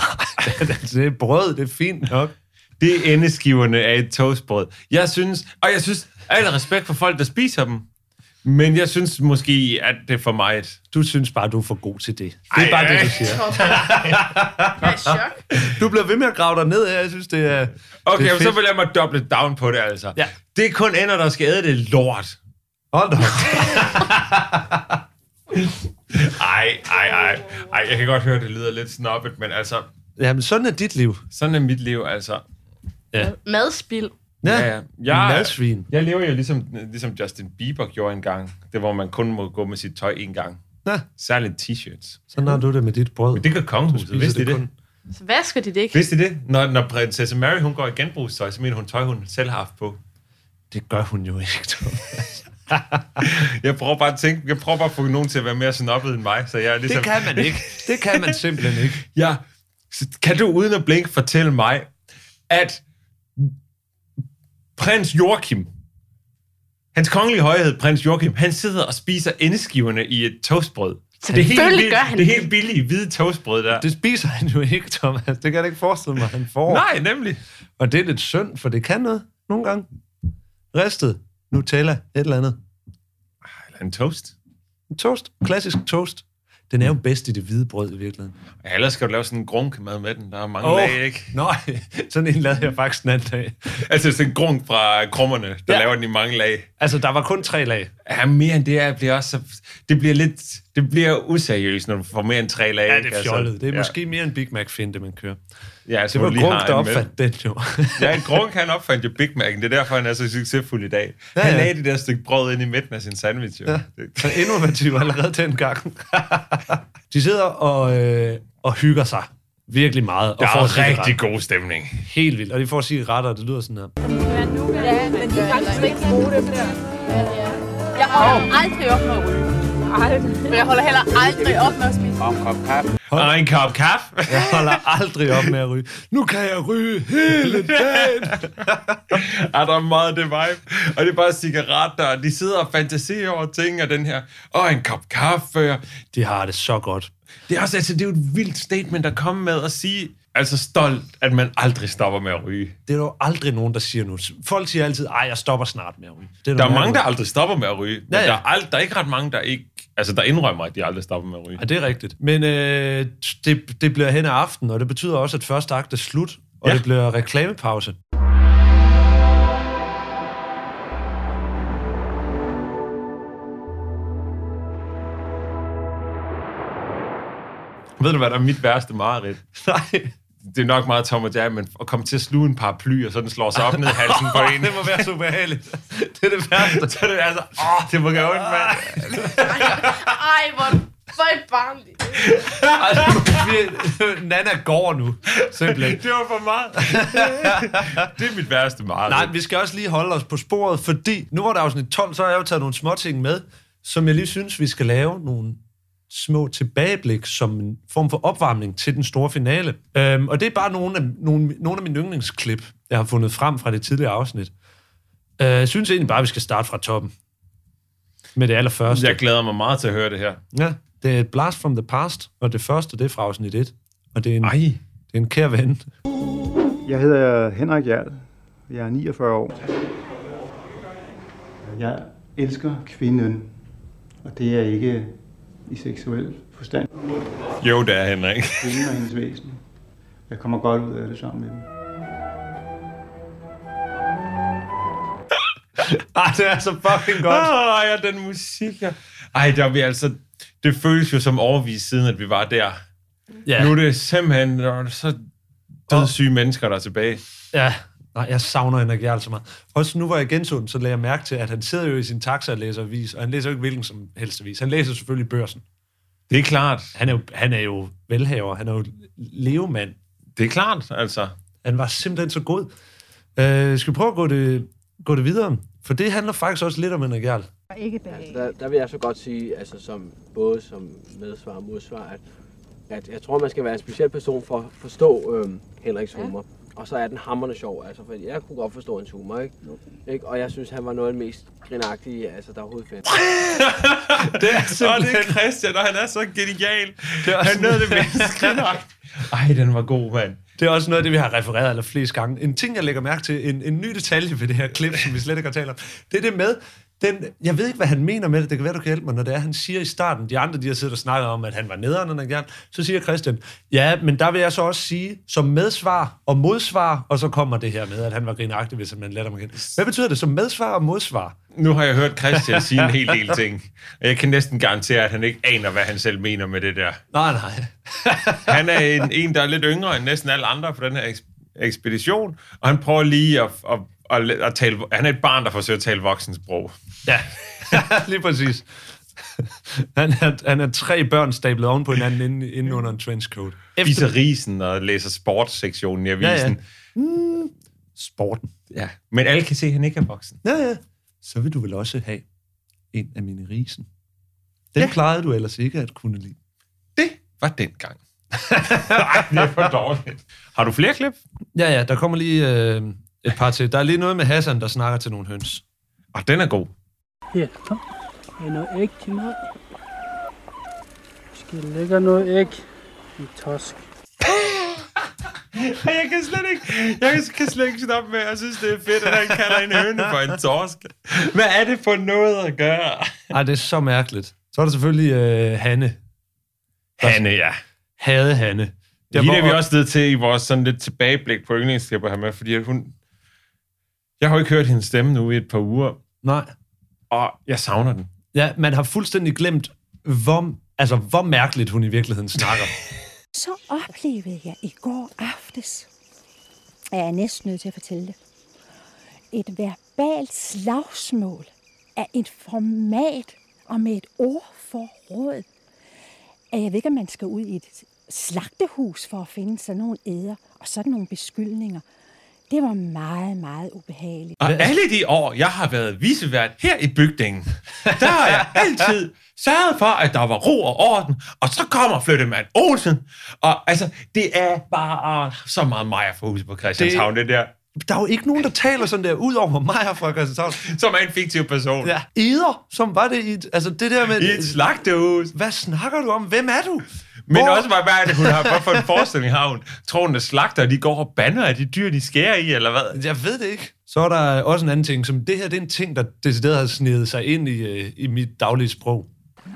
Speaker 2: det er brød, det er fint nok.
Speaker 1: Det er endeskiverne af et toastbrød. Jeg synes, og jeg synes, al respekt for folk, der spiser dem, men jeg synes måske, at det er for meget.
Speaker 2: Du synes bare, du er for god til det. Det er bare det, du siger.
Speaker 4: Jeg er i chok.
Speaker 2: Du bliver ved med at grave dig ned her. Jeg synes, det er...
Speaker 1: Okay,
Speaker 2: det er
Speaker 1: men så
Speaker 2: fedt.
Speaker 1: vil jeg mig doble down på det altså.
Speaker 2: Ja.
Speaker 1: Det er kun ender, der skal æde det lort.
Speaker 2: Hold da. op.
Speaker 1: Ej, ej, ej. Ej, jeg kan godt høre, det lyder lidt snobbet, men altså,
Speaker 2: Jamen, sådan er dit liv.
Speaker 1: sådan er mit liv altså.
Speaker 4: Madspild.
Speaker 2: Ja,
Speaker 1: Ja, ja.
Speaker 2: Jeg...
Speaker 1: Jeg-
Speaker 2: Madsvin.
Speaker 1: Jeg lever jo ligesom, ligesom Justin Bieber gjorde engang. Det hvor man kun må gå med sit tøj en gang.
Speaker 2: Ja,
Speaker 1: Særligt t-shirts.
Speaker 2: sådan har du det med dit brød.
Speaker 1: Men det kan kongehuset, vidste I det? det?
Speaker 4: Så vasker de det ikke?
Speaker 1: Vidste I det? Når, når prinsesse Mary hun går i genbrugstøj, så mener hun tøj, hun selv har haft på.
Speaker 2: Det gør hun jo ikke, Thomas.
Speaker 1: Jeg prøver bare at tænke, jeg prøver bare at få nogen til at være mere snobbet end mig, så jeg er ligesom...
Speaker 2: Det kan man ikke. Det kan man simpelthen ikke.
Speaker 1: Ja, så kan du uden at blinke fortælle mig, at prins Joachim, hans kongelige højhed, prins Joachim, han sidder og spiser endeskiverne i et toastbrød. Det er helt,
Speaker 4: Selvfølgelig
Speaker 1: vildt-
Speaker 4: gør han
Speaker 1: det er
Speaker 4: det.
Speaker 1: helt billige hvide toastbrød der.
Speaker 2: Det spiser han jo ikke, Thomas. Det kan jeg da ikke forestille mig, han får.
Speaker 1: Nej, nemlig.
Speaker 2: Og det er lidt synd, for det kan noget nogle gange. Ristet, Nutella, et eller andet.
Speaker 1: Eller en toast.
Speaker 2: En toast, klassisk toast. Den er jo bedst i det hvide brød i virkeligheden.
Speaker 1: Ja, ellers skal du lave sådan en grunk mad med den. Der er mange
Speaker 2: Åh.
Speaker 1: oh. lag, ikke?
Speaker 2: Nej, sådan en lavede jeg faktisk den anden dag.
Speaker 1: Altså sådan en grunk fra krummerne, der
Speaker 2: Ja.
Speaker 1: ja. laver den i mange lag.
Speaker 2: Altså, der var kun tre lag.
Speaker 1: Ja, mere end det er, bliver også så, det bliver lidt, det bliver useriøst, når du får mere end tre lag.
Speaker 2: Ja,
Speaker 1: ikke?
Speaker 2: det er
Speaker 1: Altså,
Speaker 2: fjollet. Det er
Speaker 1: ja.
Speaker 2: måske mere en Big Mac-finte, man kører.
Speaker 1: ja, altså,
Speaker 2: Det var
Speaker 1: hvor du lige har
Speaker 2: Grunk, der
Speaker 1: en med.
Speaker 2: opfandt den jo.
Speaker 1: Ja, Grunk, han opfandt jo Big Mac'en. Det er derfor, han er så succesfuld i dag.
Speaker 2: Ja,
Speaker 1: Ja, han
Speaker 2: ja.
Speaker 1: lagde det der stykke brød ind i midten af sin sandwich. Jo.
Speaker 2: Ja,
Speaker 1: Ja.
Speaker 2: så innovativ allerede dengang. de sidder og, øh, og hygger sig virkelig meget. Og
Speaker 1: Der
Speaker 2: får
Speaker 1: er
Speaker 2: cigaretter.
Speaker 1: rigtig god stemning.
Speaker 2: Helt vildt. Og de får sige retter, og det lyder sådan her.
Speaker 6: Ja, men de er faktisk ikke gode, dem der.
Speaker 7: Jeg holder aldrig op med at ryge. Men jeg holder heller aldrig op med at spise.
Speaker 5: Bare en kop kaffe.
Speaker 1: Og en kop kaffe.
Speaker 2: Jeg holder aldrig op med at ryge. Nu kan jeg ryge hele dagen.
Speaker 1: Ja, der er meget af det vibe. Og det er bare cigaretter, og de sidder og fantaserer over ting, og den her, og en kop kaffe. og-
Speaker 2: De har det så godt.
Speaker 1: Det er også, altså, det er jo et vildt statement at komme med at sige, altså stolt, at man aldrig stopper med at ryge.
Speaker 2: Det er der jo aldrig nogen, der siger nu. Folk siger altid, ej, jeg stopper snart med at ryge. Det
Speaker 1: Der er mange, der aldrig stopper med at ryge, men
Speaker 2: Ja,
Speaker 1: ja,
Speaker 2: ja.
Speaker 1: ja. Der, er ald- der er ikke ret mange, der ikke, altså der indrømmer, at de aldrig stopper med at ryge.
Speaker 2: Ja, det er rigtigt. Men øh, det, det bliver hen af aftenen, og det betyder også, at første akt er slut, og ja.
Speaker 1: Ja.
Speaker 2: det bliver reklamepause.
Speaker 1: Ved du, hvad der er mit værste mareridt?
Speaker 2: Nej.
Speaker 1: det er nok meget Tom og Jerry, men at komme til at sluge en paraply, og så den slår sig op ned i halsen på en.
Speaker 2: Det må være så ubehageligt. Det er det værste.
Speaker 1: så er det altså, åh, det må gøre ondt, mand.
Speaker 4: Ej, hvor hvor er det barnligt.
Speaker 2: Altså, vi- Nana går nu, simpelthen.
Speaker 1: Det var for meget. det er mit værste meget.
Speaker 2: Nej, vi skal også lige holde os på sporet, fordi nu var der afsnit 12, så har jeg jo taget nogle småting med, som jeg lige synes, vi skal lave nogle små tilbageblik som en form for opvarmning til den store finale. Øhm, og det er bare nogle af, nogle, nogle af mine yndlingsklip, jeg har fundet frem fra det tidligere afsnit. Øh, jeg synes egentlig bare, at vi skal starte fra toppen. Med det allerførste.
Speaker 1: Jeg glæder mig meget til at høre det her.
Speaker 2: Ja, det er et blast from the past, og det første, det er fra afsnit 1. Og det er en, Ej. det er en kær ven.
Speaker 8: Jeg hedder Henrik Jarl. Jeg er 49 år. Jeg elsker kvinden, og det er ikke i seksuel forstand.
Speaker 1: Jo, det er Henrik.
Speaker 8: Kvinden og hendes væsen. Jeg kommer godt ud af det sammen med dem.
Speaker 2: Ah, det er så fucking
Speaker 1: Åh, ja, den musik. ja. Ej, der er vi altså... det føles jo som overvis siden, at vi var der. Ja. Nu er det simpelthen der er så dødssyge mennesker, der er tilbage.
Speaker 2: Ja, nej, jeg savner Henrik Jarl så meget. Også nu, hvor jeg genså den, så lagde jeg mærke til, at han sidder jo i sin taxa og læser avis, og han læser jo ikke hvilken som helst avis. Han læser selvfølgelig børsen.
Speaker 1: Det er klart.
Speaker 2: Han er jo, han er jo velhaver, han er jo levemand.
Speaker 1: Det er klart, altså.
Speaker 2: Han var simpelthen så god. Øh, skal vi prøve at gå det, gå det videre? For det handler faktisk også lidt om Henrik Jarl.
Speaker 6: Ikke bag.
Speaker 9: Der, der vil jeg så godt sige, altså som, både som medsvar og modsvar, at, at jeg tror, man skal være en speciel person for at forstå øh, Henriks humor. Ja. Og så er den hammerne sjov, altså, for jeg kunne godt forstå hans humor, ikke? ikke? Og jeg synes, han var noget af den mest grinagtige, altså, der overhovedet fandt.
Speaker 1: Det er simpelthen... Og det er Christian, og han er så genial. Det er han er noget af det mest grinagtige. Ej, den var god, mand.
Speaker 2: Det er også noget af det, vi har refereret aller flest gange. En ting, jeg lægger mærke til, en, en ny detalje ved det her klip, som vi slet ikke har talt om, det er det med, den, jeg ved ikke, hvad han mener med det, det kan være, du kan hjælpe mig, når det er, han siger i starten, de andre, de har siddet og snakket om, at han var nederen, end han gerne, så siger Christian, ja, men der vil jeg så også sige, som medsvar og modsvar, og så kommer det her med, at han var grinagtig, hvis man lader mig kende. Hvad betyder det, som medsvar og modsvar?
Speaker 1: Nu har jeg hørt Christian sige en hel del ting, og jeg kan næsten garantere, at han ikke aner, hvad han selv mener med det der.
Speaker 2: Nej, nej.
Speaker 1: Han er en, en der er lidt yngre end næsten alle andre på den her eks- ekspedition, og han prøver lige at, at, at, at tale... Han er et barn, der forsøger at tale voksensprog.
Speaker 2: Ja, lige præcis. Han er, han er tre børn stablet oven på hinanden inden, inden under en trenchcoat.
Speaker 1: Spiser risen og læser sportssektionen i avisen.
Speaker 2: Ja,
Speaker 1: Ja,
Speaker 2: ja. Mm.
Speaker 1: ja.
Speaker 2: Sporten.
Speaker 1: Ja. Men alle kan se, at han ikke er voksen.
Speaker 2: Ja, ja. Så vil du vel også have en af mine risen. Den ja. plejede du ellers ikke at kunne lide.
Speaker 1: Det var dengang. Nej, det er for dårligt. Har du flere klip?
Speaker 2: Ja, ja, der kommer lige øh, et par til. Der er lige noget med Hassan, der snakker til nogle høns.
Speaker 1: Og Ah, den er god.
Speaker 10: Her, kom. Er noget æg til mig? Skal lægge noget æg i tosk.
Speaker 1: Jeg kan slet ikke, jeg kan slet ikke stoppe med, jeg synes, det er fedt, at han kalder en høne for en torsk. Hvad er det for noget at gøre?
Speaker 2: Ej, det er så mærkeligt. Så er der selvfølgelig øh, Hanne.
Speaker 1: Hanne, ja.
Speaker 2: Havde Hanne.
Speaker 1: Der Hende er vi
Speaker 2: hvor-
Speaker 1: også nødt til i vores sådan lidt tilbageblik på yndlingsklipper her med, fordi at hun... Jeg har jo ikke hørt hendes stemme nu i et par uger,
Speaker 2: Nej.
Speaker 1: og jeg savner den.
Speaker 2: Ja, man har fuldstændig glemt, hvor, altså, hvor mærkeligt hun i virkeligheden snakker.
Speaker 10: Så oplevede jeg i går aftes, at jeg er næsten nødt til at fortælle det, et verbalt slagsmål af et format og med et ordforråd. At jeg ved ikke, at man skal ud i et slagtehus for at finde sådan nogle æder og sådan nogle beskyldninger. Det var meget, meget ubehageligt.
Speaker 1: Og alle de år, jeg har været visevært her i bygningen, der har jeg altid sørget for, at der var ro og orden, og så kommer flyttemand Olsen. Og altså, det er bare så meget mig at få huset på Christianshavn, det, det der.
Speaker 2: Der er jo ikke nogen, der taler sådan der, ud over mig her fra Christianshavn.
Speaker 1: Som er en fiktiv person.
Speaker 2: Ja. Eder, som var det i... et- Altså, det der med...
Speaker 1: I et slagtehus.
Speaker 2: Hvad snakker du om? Hvem er du?
Speaker 1: Men
Speaker 2: Hvor-
Speaker 1: også, hvad er det, hun har? Hvad for en forestilling har hun? Tror hun, at slagter, de går og bander af de dyr, de skærer i, eller hvad?
Speaker 2: Jeg ved det ikke. Så er der også en anden ting, som det her, det er en ting, der decideret har snedet sig ind i, øh, i mit daglige sprog.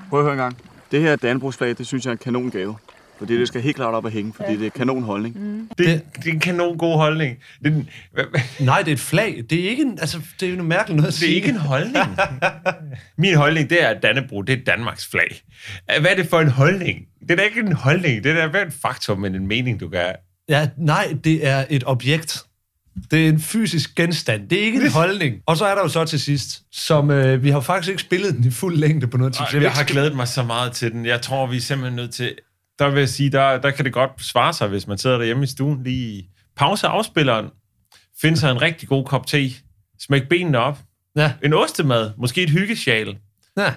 Speaker 9: Prøv at høre en gang. Det her Dannebrogsflag, det synes jeg er en kanongave. Fordi det skal helt klart op at hænge, fordi det er kanonholdning.
Speaker 1: Det, det er en kanon god holdning. Det er, den-
Speaker 2: Nej, det er et flag. Det er ikke en, altså, det er jo noget mærkeligt noget at
Speaker 1: Det
Speaker 2: sige.
Speaker 1: er ikke en holdning. Min holdning, det er, at Dannebro, det er Danmarks flag. Hvad er det for en holdning? Det er da ikke en holdning. Det er da hvad en faktor, men en mening, du kan have.
Speaker 2: Ja, nej, det er et objekt. Det er en fysisk genstand. Det er ikke en holdning. Og så er der jo så til sidst, som øh, vi har faktisk ikke spillet den i fuld længde på noget tidspunkt.
Speaker 1: Jeg, jeg har
Speaker 2: ikke-
Speaker 1: glædet mig så meget til den. Jeg tror, vi er simpelthen nødt til... Der vil jeg sige, der, der kan det godt svare sig, hvis man sidder derhjemme i stuen, lige pause afspilleren, finde sig en rigtig god kop te, smæk benene op,
Speaker 2: Ja,
Speaker 1: en ostemad, måske et hyggesjal,
Speaker 2: ja.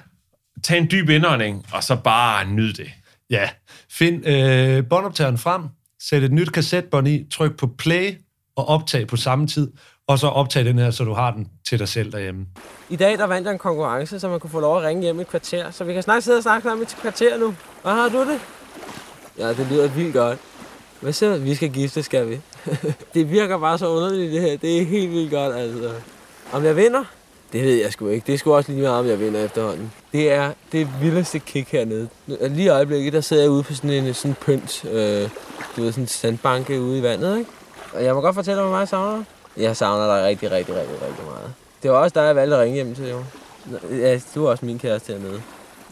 Speaker 1: tag en dyb indånding, og så bare nyd det.
Speaker 2: ja. Find øh, båndoptageren frem, sæt et nyt kassetbånd i, tryk på play og optag på samme tid, og så optag den her, så du har den til dig selv derhjemme.
Speaker 10: I dag der vandt jeg en konkurrence, så man kunne få lov at ringe hjem et kvarter. Så vi kan snart sidde og snakke sammen i et kvarter nu. Hvad har du det? Ja, det lyder vildt godt. Hvad siger du? Vi skal gifte, skal vi. det virker bare så underligt, det her. Det er helt vildt godt, altså. Om jeg vinder? Det ved jeg sgu ikke. Det er sgu også lige meget, om jeg vinder efterhånden. Det er det vildeste kick hernede. Lige i øjeblikket, der sidder jeg ude på sådan en sådan en pynt, øh, du ved, sådan en sandbanke ude i vandet, ikke? Og jeg må godt fortælle, hvor meget jeg savner dig. Jeg savner dig rigtig, rigtig, rigtig, rigtig meget. Det var også dig, jeg valgte at ringe hjem til, jo. Nå, Ja, du er også min kæreste hernede.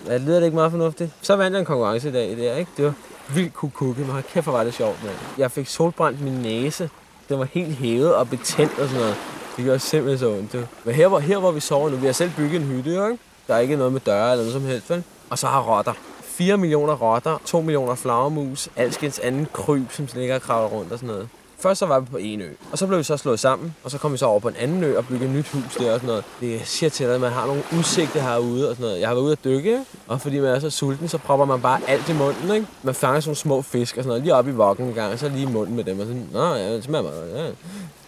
Speaker 10: Ja, lyder det ikke meget fornuftigt? Så vandt jeg en konkurrence i dag, det er, ikke? Det var vildt kukukke, men hold kæft, hvor var det sjovt, mand. Jeg fik solbrændt min næse. Den var helt hævet og betændt og sådan noget. Det gjorde simpelthen så ondt, du. Men her hvor, her, hvor vi sover nu, vi har selv bygget en hytte, jo, ikke? Der er ikke noget med døre eller noget som helst, vel? Og så har rotter. 4 millioner rotter, 2 millioner flagermus, alskens anden kryb, som ligger og kravler rundt og sådan noget. Først så var vi på en ø, og så blev vi så slået sammen, og så kom vi så over på en anden ø og byggede et nyt hus der og sådan noget. Det siger til dig, at man har nogle udsigter herude og sådan noget. Jeg har været ude at dykke, og fordi man er så sulten, så propper man bare alt i munden, ikke? Man fanger sådan nogle små fisk og sådan noget, lige op i vokken en gang, og så lige i munden med dem, og sådan, nå, ja, det smager meget godt,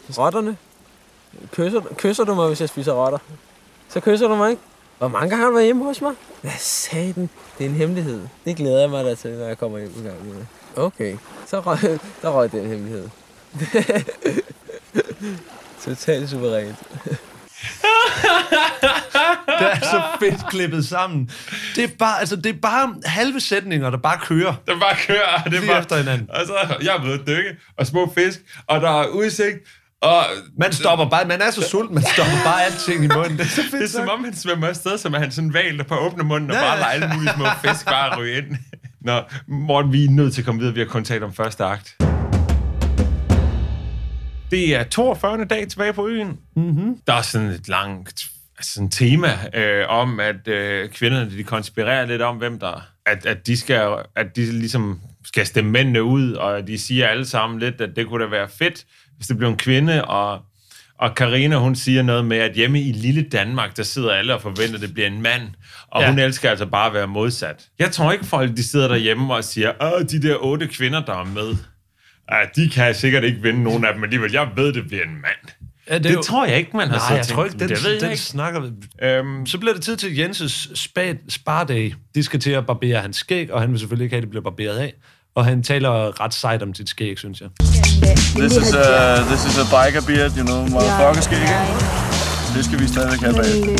Speaker 10: ja. Rotterne. Kysser, kysser du mig, hvis jeg spiser rotter? Så kysser du mig, ikke? Hvor mange gange har du været hjemme hos mig? Hvad sagde den? Det er en hemmelighed. Det glæder jeg mig da til, når jeg kommer hjem en gang. Okay, så røg, der røg den hemmelighed. Totalt suverænt.
Speaker 2: Det er så fedt klippet sammen. Det er bare, altså, det er bare halve sætninger, der bare kører.
Speaker 1: Den bare kører. og Det er
Speaker 2: Lige
Speaker 1: bare,
Speaker 2: efter hinanden.
Speaker 1: Og så, jeg er ved at dykke, og små fisk, og der er udsigt, og
Speaker 2: Man stopper bare, man er så sulten, man stopper bare alting i munden. Det er så
Speaker 1: det er
Speaker 2: fedt
Speaker 1: som
Speaker 2: sagt.
Speaker 1: om, han svømmer afsted, som er han sådan valg, der på åbne munden og
Speaker 2: Ja,
Speaker 1: bare
Speaker 2: ja.
Speaker 1: lader alle mulige små fisk bare ryge ind. Nå, Morten, vi er nødt til at komme videre. Vi har kun talt om første akt. Det er 42. dag tilbage på øen. Mm-hmm. Der er sådan et langt altså sådan tema øh, om, at øh, kvinderne de konspirerer lidt om, hvem der... At, at, de skal, at de ligesom skal stemme mændene ud, og de siger alle sammen lidt, at det kunne da være fedt, hvis det blev en kvinde, og og Karina hun siger noget med, at hjemme i lille Danmark, der sidder alle og forventer, at det bliver en mand. Og ja.
Speaker 2: Ja.
Speaker 1: hun elsker altså bare at være modsat. Jeg tror ikke, folk de sidder derhjemme og siger, åh, de der otte kvinder, der er med, ah, de kan sikkert ikke vinde nogen af dem alligevel. Jeg ved, det bliver en mand.
Speaker 2: Ja,
Speaker 1: Det, det tror jeg ikke, man har
Speaker 2: Nej,
Speaker 1: siddet
Speaker 2: Altså, jeg
Speaker 1: og
Speaker 2: tror
Speaker 1: tænkt,
Speaker 2: ikke, den,
Speaker 1: det ved Altså, jeg
Speaker 2: den
Speaker 1: ikke.
Speaker 2: snakker vi.
Speaker 1: Øhm,
Speaker 2: Så bliver det tid til Jenses spa, spardag. De skal til at barbere hans skæg, og han vil selvfølgelig ikke have, at det bliver barberet af. Og han taler ret sejt om sit skæg, synes jeg.
Speaker 11: This is a, this is a biker beard, you know, motherfucker skæg, ikke? Det skal vi stadigvæk have bag.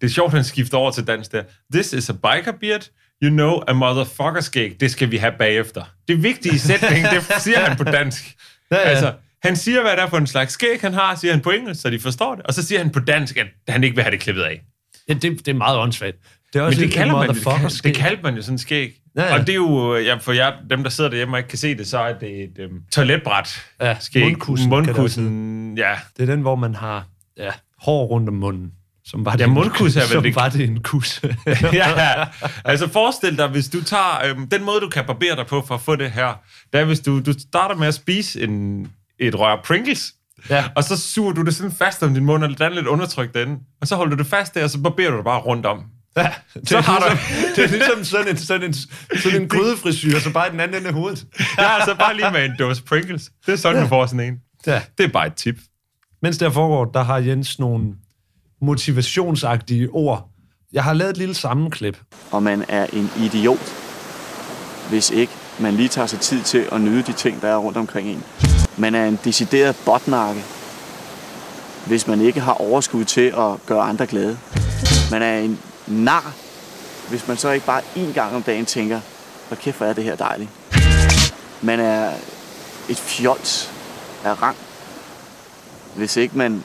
Speaker 1: det er sjovt, han skifter over til dansk der. This is a biker beard. You know a motherfucker skæg. Det skal vi have bagefter. Det vigtige sætning, det siger han på dansk. Ja, ja. Altså, han siger, hvad det er for en slags skæg, han har, siger han på engelsk, så de forstår det. Og så siger han på dansk, at han ikke vil have det klippet af.
Speaker 2: Ja, det, det er meget åndssvagt. Det er
Speaker 1: Men
Speaker 2: også
Speaker 1: det
Speaker 2: et
Speaker 1: kalder, man, det,
Speaker 2: motherfucker
Speaker 1: kaldte,
Speaker 2: skæg.
Speaker 1: det kaldte man jo sådan skæg.
Speaker 2: Ja, ja.
Speaker 1: Og det er jo, øh, ja, for jeg, dem, der sidder derhjemme og ikke kan se det, så er det et øhm, toiletbræt.
Speaker 2: Ja,
Speaker 1: skæg.
Speaker 2: mundkussen, kan det også
Speaker 1: Mundkussen, ja.
Speaker 2: Det er den, hvor man har ja, hår rundt om munden. Som var det
Speaker 1: Ja,
Speaker 2: en-
Speaker 1: mundkus er vel
Speaker 2: Som
Speaker 1: det-
Speaker 2: var det en kus.
Speaker 1: ja, altså forestil dig, hvis du tager... Øhm, den måde, du kan barbere dig på for at få det her, det er, hvis du, du starter med at spise en, et rør Pringles,
Speaker 2: Ja.
Speaker 1: og så suger du det sådan fast om din mund, og der er lidt undertrykt derinde, og så holder du det fast der, og så barberer du det bare rundt om.
Speaker 2: Ja, det,
Speaker 1: Så
Speaker 2: er
Speaker 1: har
Speaker 2: ligesom,
Speaker 1: du-
Speaker 2: det er ligesom sådan en, sådan en, sådan en grydefrisyr, så bare i den anden ende af hovedet.
Speaker 1: Ja, altså bare lige med en dåse Pringles. Det er sådan, du får sådan en.
Speaker 2: Ja.
Speaker 1: Det er bare et tip.
Speaker 2: Mens det her foregår, der har Jens nogle motivationsagtige ord. Jeg har lavet et lille sammenklip.
Speaker 11: Og man er en idiot, hvis ikke man lige tager sig tid til at nyde de ting, der er rundt omkring en. Man er en decideret botnakke, hvis man ikke har overskud til at gøre andre glade. Man er en nar, hvis man så ikke bare én gang om dagen tænker, hvor kæft hvor er det her dejligt. Man er et fjols af rang, hvis ikke man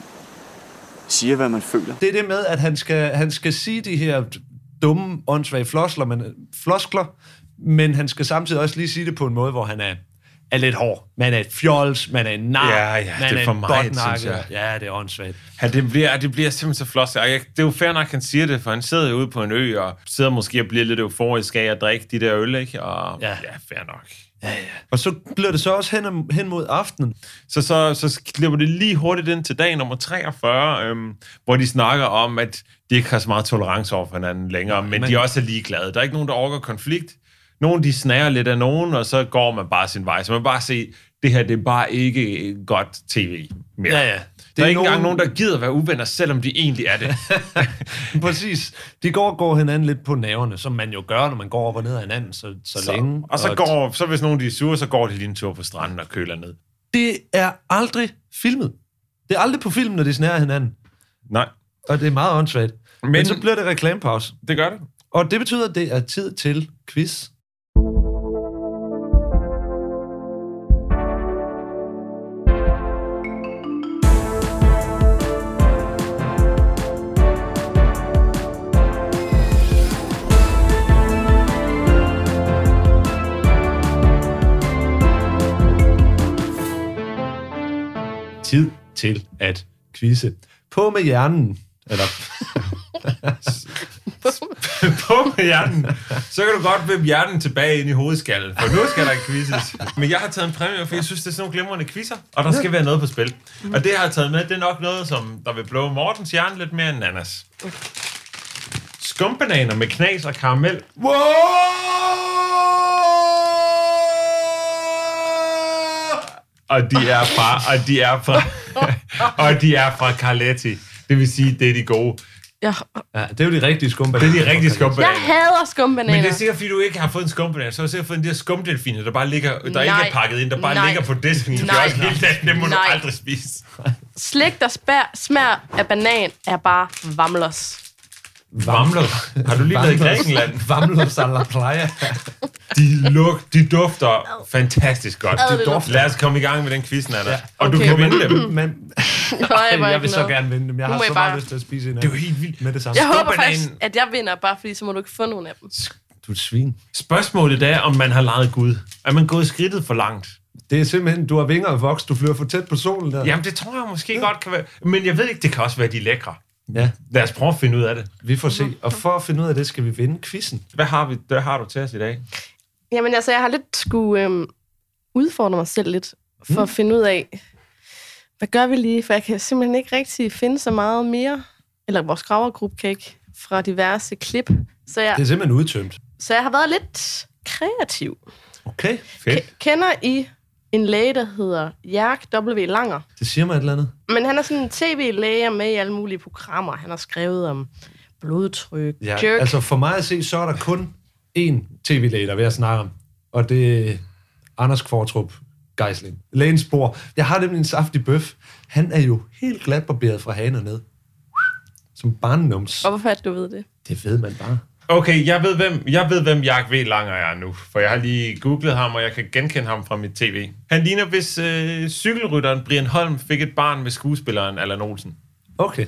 Speaker 11: siger, hvad man føler.
Speaker 2: Det er det med, at han skal, han skal sige de her dumme, åndssvage floskler men, floskler, men han skal samtidig også lige sige det på en måde, hvor han er, er lidt hård. Man er et fjols, man er en nar,
Speaker 1: Ja, ja,
Speaker 2: man
Speaker 1: det er
Speaker 2: er
Speaker 1: for
Speaker 2: en
Speaker 1: meget,
Speaker 2: botnakke.
Speaker 1: synes jeg.
Speaker 2: Ja, det er åndssvagt.
Speaker 1: Ja, det bliver, det bliver simpelthen så flot. Og jeg, det er jo fair nok, han siger det, for han sidder jo ude på en ø, og sidder måske og bliver lidt euforisk af at drikke de der øl, ikke? Og, ja.
Speaker 2: Ja.
Speaker 1: ja, fair nok.
Speaker 2: Og så bliver det så også hen, hen mod aftenen.
Speaker 1: Så, så, så klipper det lige hurtigt ind til dag nummer 43, øhm, hvor de snakker om, at de ikke har så meget tolerance over for hinanden længere, men, men
Speaker 2: men-
Speaker 1: de også er ligeglade. Der er ikke nogen, der overgår konflikt. Nogen, de snager lidt af nogen, og så går man bare sin vej. Så man kan bare se, det her, det er bare ikke godt tv mere.
Speaker 2: Ja, ja.
Speaker 1: Det
Speaker 2: Det
Speaker 1: der er
Speaker 2: er
Speaker 1: ikke engang
Speaker 2: nogen-
Speaker 1: nogen, der gider være uvenner, selvom de egentlig er det.
Speaker 2: Præcis. De går og går hinanden lidt på naverne, som man jo gør, når man går op og ned af hinanden så, så, så længe.
Speaker 1: Og så, går, så hvis nogen de er sure, så går de lige en tur på stranden og køler ned.
Speaker 2: Det er aldrig filmet. Det er aldrig på film, når de snærer hinanden.
Speaker 1: Nej,
Speaker 2: Og det er meget åndssvagt. Men,
Speaker 1: Men
Speaker 2: Men så bliver det reklamepause.
Speaker 1: det gør det.
Speaker 2: Og det betyder, at det er tid til quiz. til at quizze. På med hjernen. Eller...
Speaker 1: på med hjernen. Så kan du godt vippe hjernen tilbage ind i hovedskallen, for nu skal der quizzes. Men jeg har taget en præmie, for jeg synes, det er sådan nogle glimrende quizzer, og der skal være noget på spil. Og det, jeg har taget med, det er nok noget, som der vil blå Mortens hjerne lidt mere end Nannas. Skumbananer med knas og karamel. Wow! Og de er fra, og de er fra, og de er fra Carletti. Det vil sige, det er de gode.
Speaker 4: Jeg,
Speaker 2: Ja, det er jo de rigtige skumbananer.
Speaker 1: Det er de rigtige
Speaker 4: jeg
Speaker 1: skumbananer.
Speaker 4: hader skumbananer.
Speaker 1: Men det er sikkert, fordi du ikke har fået en skumbanan, så har du sikkert fået en der skumdelfiner, der bare ligger, der
Speaker 4: Nej.
Speaker 1: ikke er pakket ind, der bare
Speaker 4: Nej.
Speaker 1: ligger på disken i
Speaker 4: Nej.
Speaker 1: fjorden hele dagen. Det må du
Speaker 4: Nej.
Speaker 1: aldrig spise.
Speaker 4: Slik, der spær, smager af banan, er bare vamlers.
Speaker 1: Vamler. Har du lige været i
Speaker 2: Vamler.
Speaker 1: Grækenland?
Speaker 2: Vamler a la playa.
Speaker 1: De, luk, de dufter fantastisk godt.
Speaker 4: Ad, det dufter.
Speaker 1: Lad os komme i gang med den quiz, Anna. Ja. Og du
Speaker 4: Okay.
Speaker 1: kan vinde dem.
Speaker 2: Men
Speaker 4: Nej,
Speaker 2: Ej,
Speaker 4: hvor er
Speaker 2: jeg vil
Speaker 4: det
Speaker 2: så
Speaker 4: noget.
Speaker 2: gerne vinde dem. Jeg
Speaker 4: Nu
Speaker 2: har
Speaker 4: må I
Speaker 2: så meget
Speaker 4: bare-
Speaker 2: lyst til at spise en af
Speaker 1: Det er
Speaker 2: dem.
Speaker 1: jo helt vildt.
Speaker 2: Med det samme.
Speaker 4: Jeg håber
Speaker 1: Skumbananen.
Speaker 4: faktisk, at jeg vinder, bare fordi så må du ikke få nogen af dem.
Speaker 2: Du er et svin.
Speaker 1: Spørgsmålet er, om man har leget Gud. Er man gået skridtet for langt?
Speaker 2: Det er simpelthen, du har vinger og voks, du flyver for tæt på solen der.
Speaker 1: Jamen, det tror jeg måske godt kan være. Men jeg ved ikke, det kan også være, de er lækre.
Speaker 2: ja.
Speaker 1: Lad os prøve at finde ud af det.
Speaker 2: Vi får se. Og for at finde ud af det, skal vi vinde quizzen.
Speaker 1: Hvad har, vi, hvad har du til os i dag?
Speaker 4: Jamen altså, jeg har lidt skulle øhm, udfordre mig selv lidt, for at finde ud af, hvad gør vi lige? For jeg kan simpelthen ikke rigtig finde så meget mere, eller vores gravergruppe kan ikke, fra diverse klip. Så jeg,
Speaker 2: Det er simpelthen udtømt.
Speaker 4: så jeg har været lidt kreativ.
Speaker 2: Okay.
Speaker 1: Fedt.
Speaker 4: Ke- kender I en læge, der hedder Jærk W. Langer?
Speaker 2: Det siger mig et eller andet.
Speaker 4: Men han er sådan en tv-læge og med i alle mulige programmer. Han har skrevet om blodtryk, ja, jerk. Altså...
Speaker 2: Altså for mig at se, så er der kun én tv-læge, der er ved at snakke om. Og det er Anders Kvartrup Geisling. Lægens bror. Jeg har nemlig en saftig bøf. Han er jo helt glatbarberet fra hagen og ned. Som barnenums.
Speaker 4: Og hvorfor er det, du ved det?
Speaker 2: Det ved man bare.
Speaker 1: Okay, jeg ved, hvem, jeg ved, hvem Jack V. Langer er nu, for jeg har lige googlet ham, og jeg kan genkende ham fra mit tv. Han ligner, hvis øh, cykelrytteren Brian Holm fik et barn med skuespilleren Allan Olsen.
Speaker 2: Okay.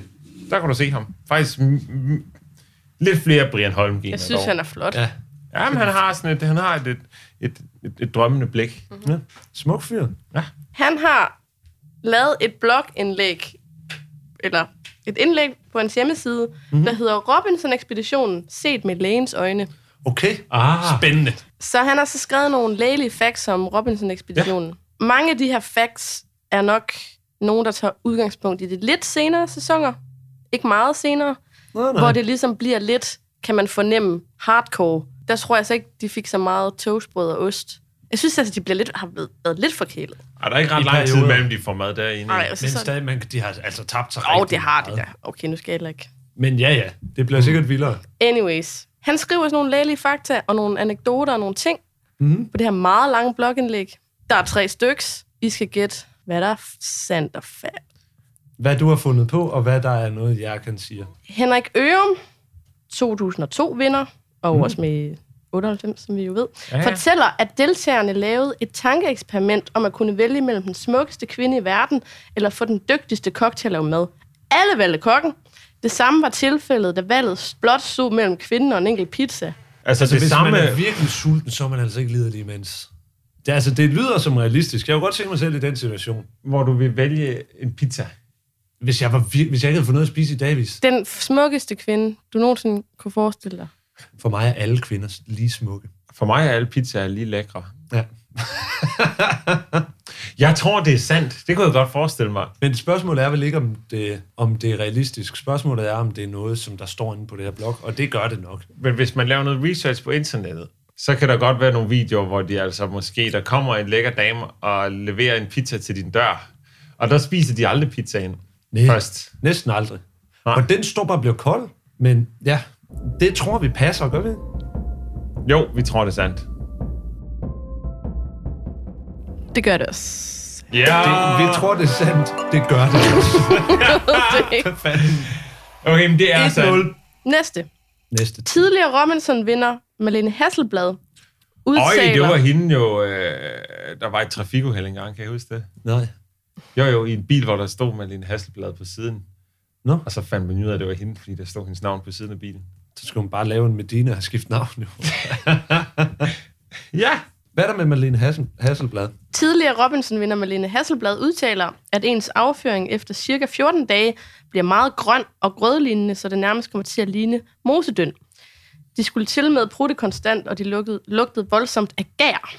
Speaker 1: Der kan du se ham. Faktisk m- m- lidt flere Brian holm
Speaker 4: Jeg synes, han er flot. Ja.
Speaker 2: Ja.
Speaker 1: Ja, men han har, sådan et, han har et, et, et, et, et drømmende blik.
Speaker 2: ja. Smuk fyr.
Speaker 4: Han har lavet et blogindlæg, eller et indlæg på hans hjemmeside,
Speaker 2: Mhm.
Speaker 4: mm-hmm. der hedder Robinson-ekspeditionen set med lægens øjne.
Speaker 2: Okay.
Speaker 1: Ah. Spændende.
Speaker 4: Så han har så skrevet nogle lægelige facts om Robinson-ekspeditionen. Ja. Mange af de her facts er nok nogen, der tager udgangspunkt i de lidt senere sæsoner. Ikke meget senere.
Speaker 2: Nå,
Speaker 4: hvor det ligesom bliver lidt, kan man fornemme, hardcore. Der tror jeg så ikke, de fik så meget toastbrød og ost. Jeg synes altså, de bliver lidt, har været, været lidt forkælet.
Speaker 1: Og der er ikke ret
Speaker 2: I
Speaker 1: lang tid
Speaker 2: perioder.
Speaker 1: mellem, de får mad derinde.
Speaker 4: Nej,
Speaker 1: Nej.
Speaker 4: altså
Speaker 2: Men
Speaker 4: sådan.
Speaker 2: stadig, man, de har altså tabt sig
Speaker 4: Åh,
Speaker 2: rigtig
Speaker 4: oh, det har de
Speaker 2: meget.
Speaker 4: da. Okay, nu skal jeg heller ikke.
Speaker 2: Men ja, ja. Det bliver sikkert vildere.
Speaker 4: Anyways. Han skriver sådan nogle lægelige fakta og nogle anekdoter og nogle ting
Speaker 2: Mhm.
Speaker 4: på det her meget lange blogindlæg. Der er tre styks. I skal gætte, hvad der er f- sandt og fa-
Speaker 2: Hvad du har fundet på, og hvad der er noget, jeg kan sige.
Speaker 4: Henrik Ørum, 2002-vinder, og mm. også med 98, som vi jo ved, ja, ja. fortæller, at deltagerne lavede et tankeeksperiment om at kunne vælge mellem den smukkeste kvinde i verden, eller få den dygtigste cocktail at lave med. Alle valgte kokken. Det samme var tilfældet, da valget blot stod mellem kvinden og en enkelt pizza.
Speaker 1: Altså,
Speaker 2: Altså,
Speaker 1: det
Speaker 2: hvis
Speaker 1: samme...
Speaker 2: man er virkelig sulten, så er man altså ikke liderlig imens. Det, er altså, det lyder som realistisk. Jeg kunne godt se mig selv i den situation.
Speaker 1: Hvor du vil vælge en pizza.
Speaker 2: Hvis jeg, var vir- hvis jeg ikke havde fået noget at spise i dagvis.
Speaker 4: Den smukkeste kvinde, du nogensinde kunne forestille dig.
Speaker 2: For mig er alle kvinder lige smukke.
Speaker 1: For mig er alle pizzaer lige lækre.
Speaker 2: Ja.
Speaker 1: Jeg tror, det er sandt. Det kunne jeg godt forestille mig.
Speaker 2: Men spørgsmålet er vel ikke, om det, om det er realistisk. Spørgsmålet er, om det er noget, som der står inde på det her blog, og det gør det nok.
Speaker 1: Men hvis man laver noget research på internettet, så kan der godt være nogle videoer, hvor de altså måske, der kommer en lækker dame og leverer en pizza til din dør. Og der spiser de aldrig pizzaen
Speaker 2: Næ.
Speaker 1: først.
Speaker 2: Næsten aldrig.
Speaker 1: Nej.
Speaker 2: Og den står bare og bliver kold. Men ja, det tror vi passer, gør vi? ikke?
Speaker 1: Jo, vi tror, det er sandt.
Speaker 4: Det gør det også.
Speaker 1: Ja!
Speaker 2: Det, vi tror, det er sandt. Det gør det.
Speaker 1: Okay, men det er sandt.
Speaker 2: 1-0.
Speaker 4: Næste.
Speaker 2: Næste.
Speaker 4: Tidligere Robinson-vinder Malene Hasselblad
Speaker 1: Øj,
Speaker 4: udtaler...
Speaker 1: det var hende jo, øh, der var et trafikuheld engang, kan jeg huske det?
Speaker 2: Nej.
Speaker 1: Jo, jo, i en bil, hvor der stod Malene Hasselblad på siden.
Speaker 2: Nå.
Speaker 1: Og så fandt man ud af, at det var hende, fordi der stod hendes navn på siden af bilen.
Speaker 2: Så skal hun bare lave en Medina og skifte navn. Jo.
Speaker 1: Ja,
Speaker 2: Hvad er der med Malene Hassel, Hasselblad?
Speaker 4: Tidligere Robinson-vinder Malene Hasselblad udtaler, at ens afføring efter cirka 14 dage bliver meget grøn og grødlignende, så det nærmest kommer til at ligne mosedøn. De skulle til med prutte konstant, og de lugtede, lugtede voldsomt af gær.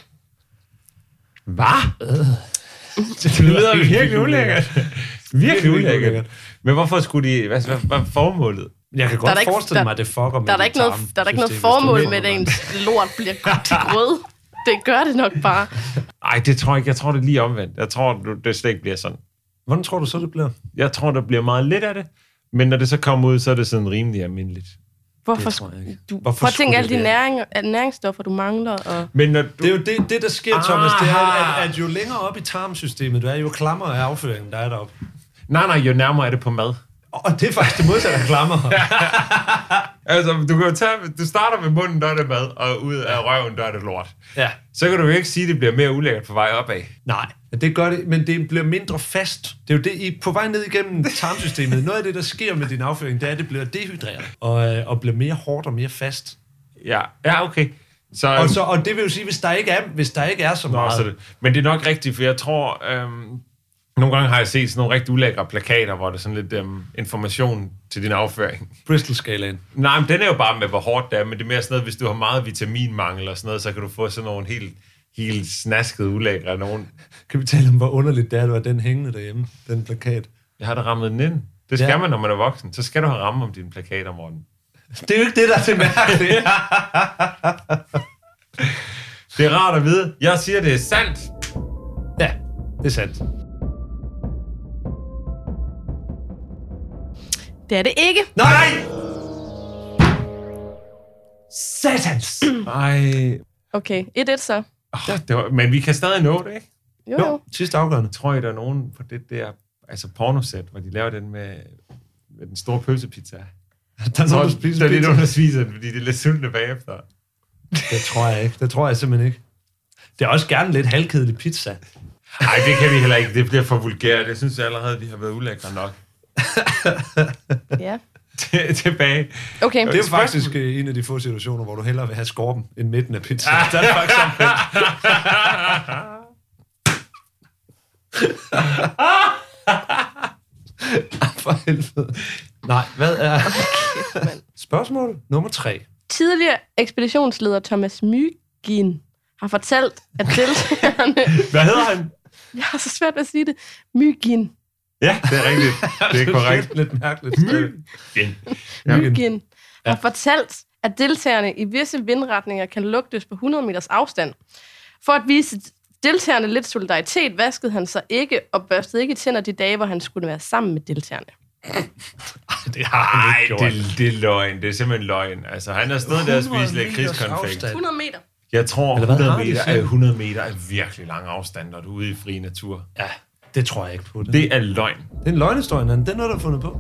Speaker 1: Hvad? Øh. Det lyder virkelig ulækkert. Virkelig ulækkert. Men hvorfor skulle de... Hvad, hvad, hvad er formålet?
Speaker 2: Jeg kan
Speaker 4: Der er
Speaker 2: godt
Speaker 4: der ikke-
Speaker 2: forestille
Speaker 4: der-
Speaker 2: mig, at det fucker med
Speaker 4: Der er der
Speaker 2: dit
Speaker 4: ikke noget, der er der ikke noget
Speaker 2: tarmsystem, hvis du mener
Speaker 4: formål med, at
Speaker 2: noget.
Speaker 4: ens lort bliver grønt til grød. Det gør det nok bare.
Speaker 1: Ej, det tror jeg ikke. Jeg tror, det er lige omvendt. Jeg tror, du- det slet ikke bliver sådan.
Speaker 2: Hvordan tror du så, det bliver?
Speaker 1: Jeg tror, der bliver meget lidt af det. Men når det så kommer ud, så er det sådan rimelig almindeligt.
Speaker 4: Hvorfor,
Speaker 1: Det tror jeg ikke.
Speaker 4: du,
Speaker 1: Hvorfor
Speaker 4: Hvorfor prøv at tænke
Speaker 1: skulle
Speaker 4: alle
Speaker 1: det
Speaker 4: de
Speaker 1: være?
Speaker 4: næring, næringsstoffer, du mangler. Og...
Speaker 1: Men når du...
Speaker 2: Det er jo det, det der sker, Thomas. Det er,
Speaker 1: Aha.
Speaker 2: at, at jo længere op i tarmsystemet du er, jo klammere er afføringen, der er deroppe.
Speaker 1: Nej, nej, jo nærmere er det på mad.
Speaker 2: Og det er faktisk det modsatte af klammer.
Speaker 1: Altså, du, kan jo tage, du starter med munden, der er det mad, og ud af røven, der er det lort.
Speaker 2: Ja.
Speaker 1: Så kan du jo ikke sige, at det bliver mere ulækkert på vej opad.
Speaker 2: Nej, det gør det, men det bliver mindre fast. Det er jo det, I er på vej ned igennem tarmsystemet. Noget af det, der sker med din afføring, det er, at det bliver dehydreret og, øh, og bliver mere hårdt og mere fast.
Speaker 1: Ja, ja okay. Så,
Speaker 2: Og, så, og det vil jo sige, hvis der ikke er, hvis der ikke er så
Speaker 1: Øhm. Nå,
Speaker 2: meget...
Speaker 1: så det. Men det er nok rigtigt, for jeg tror... Øhm, nogle gange har jeg set sådan nogle rigtig ulækre plakater, hvor der er sådan lidt øhm, information til din afføring.
Speaker 2: Bristol-skalaen.
Speaker 1: Nej, men den er jo bare med, hvor hårdt det er, men det er mere sådan noget, hvis du har meget vitaminmangel og sådan noget, så kan du få sådan nogle helt, helt snaskede ulækre nogen.
Speaker 2: Kan vi tale om, hvor underligt det er, at du har den hængende derhjemme, den plakat?
Speaker 1: Jeg har da rammet den ind. Det skal
Speaker 2: Ja.
Speaker 1: ja. man, når man er voksen. Så skal du have ramme om dine plakater, Morten.
Speaker 2: Det er jo ikke det, der er det mærkelige.
Speaker 1: Det er rart at vide. Jeg siger, det er sandt.
Speaker 2: ja, det er sandt.
Speaker 4: Det er det ikke.
Speaker 2: Nej! Satans!
Speaker 1: Ej,
Speaker 4: Okay, 1-1 så.
Speaker 1: oh, det var, men vi kan stadig nå det, ikke?
Speaker 4: Jo,
Speaker 2: Jo,
Speaker 4: jo.
Speaker 2: sidste afgørende.
Speaker 1: Tror I, der er nogen på det der altså pornosæt, hvor de laver den med, med den store pølsepizza?
Speaker 2: Der er
Speaker 1: Så
Speaker 2: nogen,
Speaker 1: der
Speaker 2: der spiser
Speaker 1: er lidt
Speaker 2: pizza.
Speaker 1: nogen, der spiser den, fordi de er lidt sultne bagefter.
Speaker 2: Det tror jeg ikke. Det tror jeg simpelthen ikke. Det er også gerne lidt halvkedelig pizza.
Speaker 1: Nej, det kan vi heller ikke. Det bliver for vulgært. Jeg synes allerede, vi har været ulækre nok.
Speaker 4: Ja.
Speaker 1: Til- Tilbage.
Speaker 4: Okay,
Speaker 2: Det er jo faktisk øh, en af de få situationer, hvor du hellere vil have skorpen end midten af pizza.
Speaker 1: Der er det faktisk omvendt.
Speaker 2: For helvede. Nej, hvad er... Spørgsmål nummer tre.
Speaker 4: tidligere ekspeditionsleder Thomas Mygin har fortalt, at deltagerne...
Speaker 1: Hvad hedder han?
Speaker 4: Jeg har så svært ved at sige det. Mygin.
Speaker 1: Ja, det er rigtigt. Det er korrekt.
Speaker 2: Lidt mærkeligt.
Speaker 4: Mygin har fortalt, at deltagerne i visse vindretninger kan lugtes på 100 meters afstand. For at vise deltagerne lidt solidaritet, vaskede han sig ikke og børstede ikke tænder de dage, hvor han skulle være sammen med deltagerne.
Speaker 2: Det har han
Speaker 1: Nej,
Speaker 2: ikke gjort.
Speaker 1: det, det er løgn. Det er simpelthen løgn. Altså, han har stået der og spist
Speaker 2: 100
Speaker 1: lidt
Speaker 2: meters
Speaker 1: krigskonflikt.
Speaker 2: afstand.
Speaker 4: 100 meter.
Speaker 1: Jeg tror,
Speaker 2: Eller hvad
Speaker 1: 100
Speaker 2: har de
Speaker 1: meter,
Speaker 2: selv?
Speaker 1: er, 100 meter er virkelig lang afstand, når du er ude i fri natur.
Speaker 2: Ja, det tror jeg ikke på. Det, det
Speaker 1: Det er løgn.
Speaker 2: er en løgnhistorie, Nan. Den er der fundet på.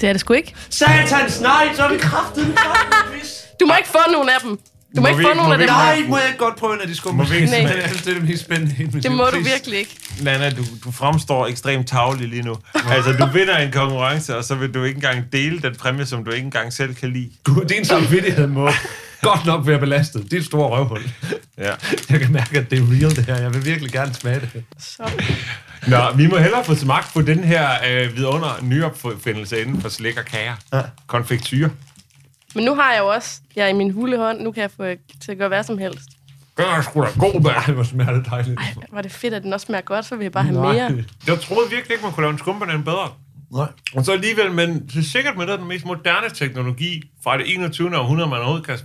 Speaker 4: Det er det sgu ikke.
Speaker 2: Satans, nej, så er vi kraftedeme sammen, pis.
Speaker 4: Du må ikke få nogen af dem. Du
Speaker 1: Må
Speaker 4: må, ikke
Speaker 1: vi-
Speaker 4: få nogen
Speaker 1: må
Speaker 4: af
Speaker 1: vi-
Speaker 4: dem.
Speaker 2: Nej, må jeg ikke godt prøve en af de skumle.
Speaker 1: Må vi ikke
Speaker 4: Nej.
Speaker 2: Det er det er det mest spændende i hele mit
Speaker 4: Det
Speaker 2: liv.
Speaker 4: må du
Speaker 2: Please.
Speaker 4: virkelig ikke.
Speaker 1: Nana, du, du fremstår ekstremt tavlig lige nu. Altså, du vinder en konkurrence, og så vil du ikke engang dele den præmie, som du ikke engang selv kan lide.
Speaker 2: Gud, din samvittighed må godt nok være belastet. Det er et stort røvhul.
Speaker 1: Ja.
Speaker 2: Jeg kan mærke, at det er real, det her. Jeg vil virkelig gerne smage det.
Speaker 1: Nå, vi må hellere få smagt på den her øh, vidunder nyopfindelse inden for slik og kager. Ja. Konfektyr.
Speaker 4: Men nu har jeg jo også, jeg er i min hule hånd, nu kan jeg få øh, til at gøre hvad som helst.
Speaker 1: Den er sgu da god, mand.
Speaker 2: Ej, hvor smager det dejligt.
Speaker 4: Var det fedt, at den også smager godt, så vil jeg bare have mere.
Speaker 1: Jeg troede virkelig ikke, man kunne lave en skumbanan bedre.
Speaker 2: Nej.
Speaker 1: Og så alligevel, men det er sikkert med noget af den mest moderne teknologi fra det 21. århundrede, man overhovedet kan...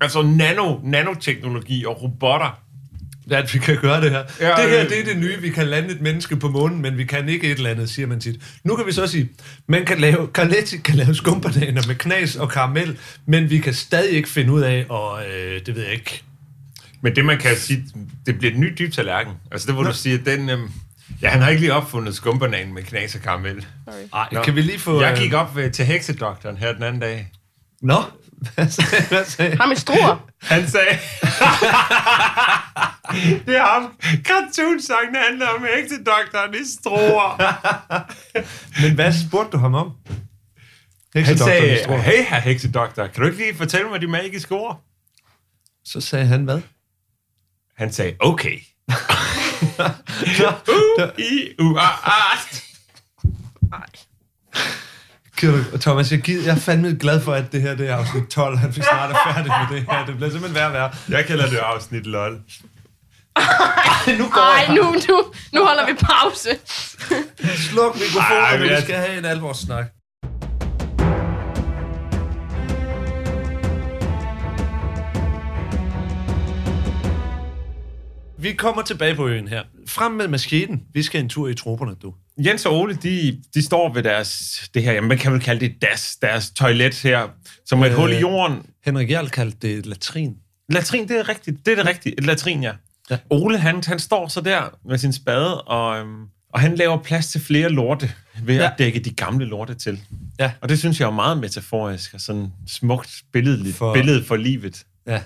Speaker 1: Altså nano, nanoteknologi og robotter.
Speaker 2: At vi kan gøre det her.
Speaker 1: Ja,
Speaker 2: Ja, det her,
Speaker 1: øh.
Speaker 2: det er det nye. Vi kan lande et menneske på månen, men vi kan ikke et eller andet, siger man tit. Nu kan vi så sige, man kan lave, Carletti kan lave skumbananer med knas og karamel, men vi kan stadig ikke finde ud af, og øh, det ved jeg ikke.
Speaker 1: Men det, man kan sige, det bliver den nye dybe tallerken. Altså det, hvor du siger, den... Øhm, ja, han har ikke lige opfundet skumbananen med knas og karamel.
Speaker 2: Ej,
Speaker 1: Nå.
Speaker 2: kan vi lige få...
Speaker 1: Jeg gik
Speaker 2: øh,
Speaker 1: op øh, til heksedoktoren her den anden dag.
Speaker 2: Nå, hvad sagde, hvad sagde?
Speaker 4: Ham i struer.
Speaker 1: Han sagde... det er ham. Cartoon-sangen handler om heksedoktoren i stroer.
Speaker 2: Men hvad spurgte du ham om?
Speaker 1: Han
Speaker 2: Heksedoktoren i
Speaker 1: sagde,
Speaker 2: Struer.
Speaker 1: hey her heksedoktor, kan du ikke lige fortælle mig de magiske ord?
Speaker 2: Så sagde han hvad?
Speaker 1: Han sagde, okay. U, I, U, A, A.
Speaker 2: Kan du- Thomas, jeg, gider, jeg er fandme glad for, at det her det er afsnit 12. Han fik snart er færdig med det her. Det bliver simpelthen værre og værre.
Speaker 1: Jeg kalder det afsnit lol.
Speaker 2: nu
Speaker 4: Nej, nu, nu, nu holder vi pause.
Speaker 2: Sluk mikrofonen,
Speaker 1: Ej, men
Speaker 2: vi
Speaker 1: jeg-
Speaker 2: skal have en alvorssnak. Vi kommer tilbage på øen her. Frem med maskinen. Vi skal en tur i troberne, du.
Speaker 1: Jens og Ole, de, de står ved deres, det her, jamen, man kan vel kalde det das, deres toilet her, som er et
Speaker 2: Øh.
Speaker 1: hul i jorden.
Speaker 2: Henrik Jarl kaldte det latrin.
Speaker 1: Latrin, det er rigtigt. Det er det rigtige. Et latrin, ja.
Speaker 2: Ja.
Speaker 1: ja. Ole, han, han står så der med sin spade, og, øhm, og han laver plads til flere lorte ved ja.
Speaker 2: Ja.
Speaker 1: at dække de gamle lorte til.
Speaker 2: Ja.
Speaker 1: Og det synes jeg er meget metaforisk og sådan smukt billedligt
Speaker 2: For-
Speaker 1: for... billede for livet.
Speaker 2: Ja,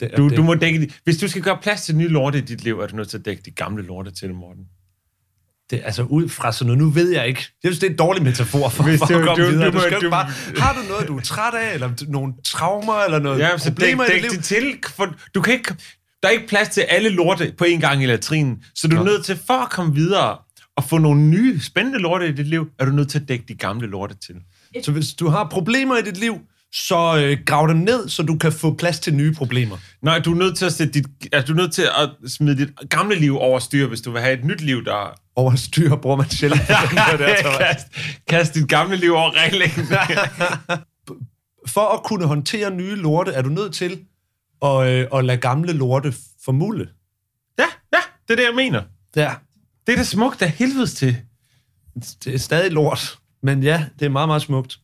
Speaker 2: det er
Speaker 1: Du,
Speaker 2: det.
Speaker 1: du må dække de, hvis du skal gøre plads til nye lorte i dit liv, er du nødt til at dække de gamle lorte til, Morten.
Speaker 2: det, altså ud fra sådan noget, nu ved jeg ikke. Jeg synes, det er en dårlig metafor for,
Speaker 1: Hvis
Speaker 2: for
Speaker 1: du-
Speaker 2: at komme
Speaker 1: du-
Speaker 2: videre.
Speaker 1: du
Speaker 2: Du,
Speaker 1: må-
Speaker 2: skal jo
Speaker 1: du-
Speaker 2: bare, har du noget, du er træt af, eller nogle traumer, eller noget
Speaker 1: Ja, så dæk,
Speaker 2: problemer i dit
Speaker 1: dæk
Speaker 2: liv?
Speaker 1: det til, for du kan ikke, der er ikke plads til alle lorte på en gang i latrinen, så du er nødt til, for at komme videre og få nogle nye spændende lorte i dit liv, er du nødt til at dække de gamle lorte til.
Speaker 2: Så hvis du har problemer i dit liv, så øh, grav dem ned, så du kan få plads til nye problemer.
Speaker 1: Nej, du er nødt til at, sætte dit, altså, du er nødt til at smide dit gamle liv over styr, hvis du vil have et nyt liv, der...
Speaker 2: Over styr bruger man sjældent. på den her der, tror jeg.
Speaker 1: kast, kast dit gamle liv over reglingen.
Speaker 2: For at kunne håndtere nye lorte, er du nødt til at, øh, at lade gamle lorte formule.
Speaker 1: ja, ja, det er det, jeg mener.
Speaker 2: Ja.
Speaker 1: Det er det smukt af helvedes til.
Speaker 2: Det er stadig lort, men ja, det er meget, meget smukt.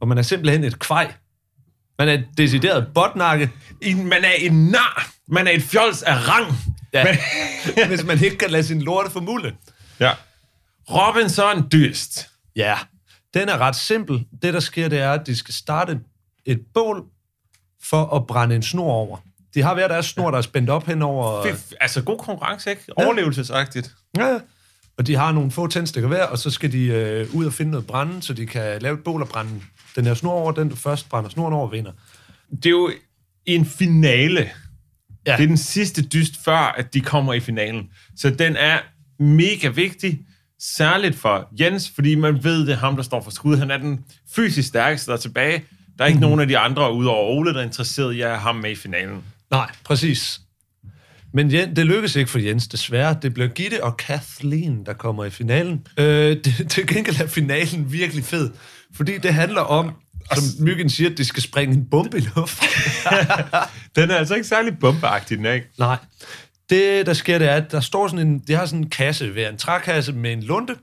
Speaker 2: Og man er simpelthen et kvej. Man er et decideret botnakke,
Speaker 1: I, man er en nar. Man er et fjols af rang.
Speaker 2: ja,
Speaker 1: Man,
Speaker 2: hvis man ikke kan lade sin lorte formule.
Speaker 1: ja. Robinson dyst.
Speaker 2: Ja, den er ret simpel. Det, der sker, det er, at de skal starte et bål for at brænde en snor over. De har hver deres snor, der er spændt op henover.
Speaker 1: Det, er- altså god konkurrence, ikke? Overlevelsesagtigt.
Speaker 2: Ja. Og de har nogle få tændstikker hver, og så skal de øh, ud og finde noget brænde, så de kan lave et bål og brænde den her snor over. Den, der først brænder snoren over, vinder.
Speaker 1: Det er jo en finale.
Speaker 2: Ja.
Speaker 1: Ja. Det er den sidste dyst, før at de kommer i finalen. Så den er mega vigtig, særligt for Jens, fordi man ved, det er ham, der står for skud. Han er den fysisk stærkeste, der er tilbage. Der er ikke nogen af de andre, udover Ole, der er interesseret i at have ham med i finalen.
Speaker 2: Nej, præcis. Men Jen, det lykkes ikke for Jens, desværre. Det bliver Gitte og Kathleen, der kommer i finalen. Øh, det, til gengæld er finalen virkelig fed, fordi det handler om, som Myggen siger, at de skal springe en bombe i luften.
Speaker 1: Den er altså ikke særlig bombeagtig, den er ikke?
Speaker 2: Nej. Det, der sker, det er, at der står sådan en, de har sådan en kasse ved en trækasse med en lunte,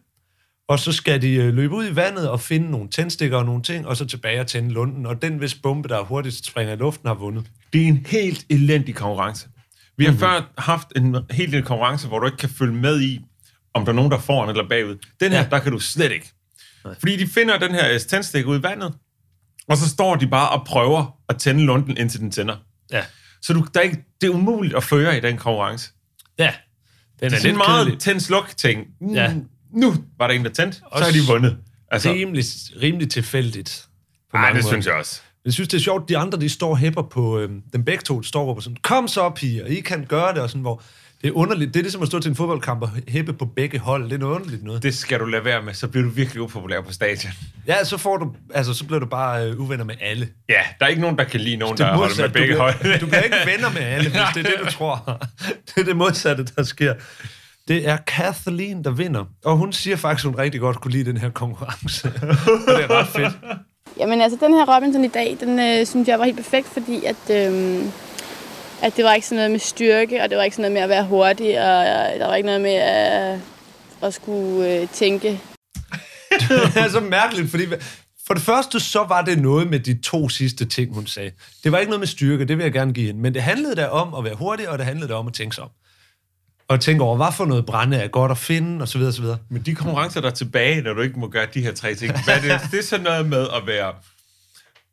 Speaker 2: og så skal de øh, løbe ud i vandet og finde nogle tændstikker og nogle ting, og så tilbage og tænde lunden, og den, hvis bombe, der hurtigst springer i luften, har vundet.
Speaker 1: Det er en helt elendig konkurrence. Vi har
Speaker 2: Mhm.
Speaker 1: mm-hmm. før haft en helt lille konkurrence, hvor du ikke kan følge med i, om der er nogen, der er foran eller bagud. Den her,
Speaker 2: Ja.
Speaker 1: ja. der kan du slet ikke. Nej. Fordi de finder den her øh, tændstik ud i vandet, og så står de bare og prøver at tænde lunden, indtil den tænder.
Speaker 2: Ja.
Speaker 1: Så du, der er ikke, det er umuligt at føre i den konkurrence.
Speaker 2: Ja. Den
Speaker 1: Det er sådan en meget tænd-sluk-ting. Mm,
Speaker 2: Ja.
Speaker 1: Nu var der en, der tændte, så
Speaker 2: Også
Speaker 1: har de vundet. Altså,
Speaker 2: rimelig, rimelig tilfældigt. på
Speaker 1: nej,
Speaker 2: mange
Speaker 1: det
Speaker 2: måder.
Speaker 1: synes jeg også.
Speaker 2: Men Jeg synes, det er sjovt, de andre, de står og hæpper på, øh, den begge to står og råber sådan, kom så, piger, I kan gøre det, og sådan, hvor det er underligt. Det er ligesom at stå til en fodboldkamp og hæppe på begge hold. Det er noget underligt noget.
Speaker 1: Det skal du lade være med, så bliver du virkelig upopulær på stadion.
Speaker 2: Ja, så, får du, altså, så bliver du bare øh, uvenner med alle.
Speaker 1: Ja, der er ikke nogen, der kan lide nogen, der
Speaker 2: Det er
Speaker 1: holder med
Speaker 2: modsat. Du
Speaker 1: begge hold.
Speaker 2: bliver, du bliver ikke venner med alle, hvis det er det, du tror. Det er det modsatte, der sker. Det er Kathleen, der vinder. Og hun siger faktisk, hun rigtig godt kunne lide den her konkurrence. og det er ret fedt.
Speaker 12: Jamen altså, den her Robinson i dag, den øh, synes jeg var helt perfekt, fordi at, øh, at det var ikke sådan noget med styrke, og det var ikke sådan noget med at være hurtig, og øh, der var ikke noget med at, at skulle øh, tænke.
Speaker 2: det er så mærkeligt, fordi for det første, så var det noget med de to sidste ting, hun sagde. Det var ikke noget med styrke, det vil jeg gerne give hende. Men det handlede da om at være hurtig, og det handlede da om at tænke sig om. Og tænke over, hvad for noget brænde er godt at finde, osv. osv.
Speaker 1: Men de konkurrencer, der er tilbage, når du ikke må gøre de her tre ting, hvad er det, det er sådan noget med at være,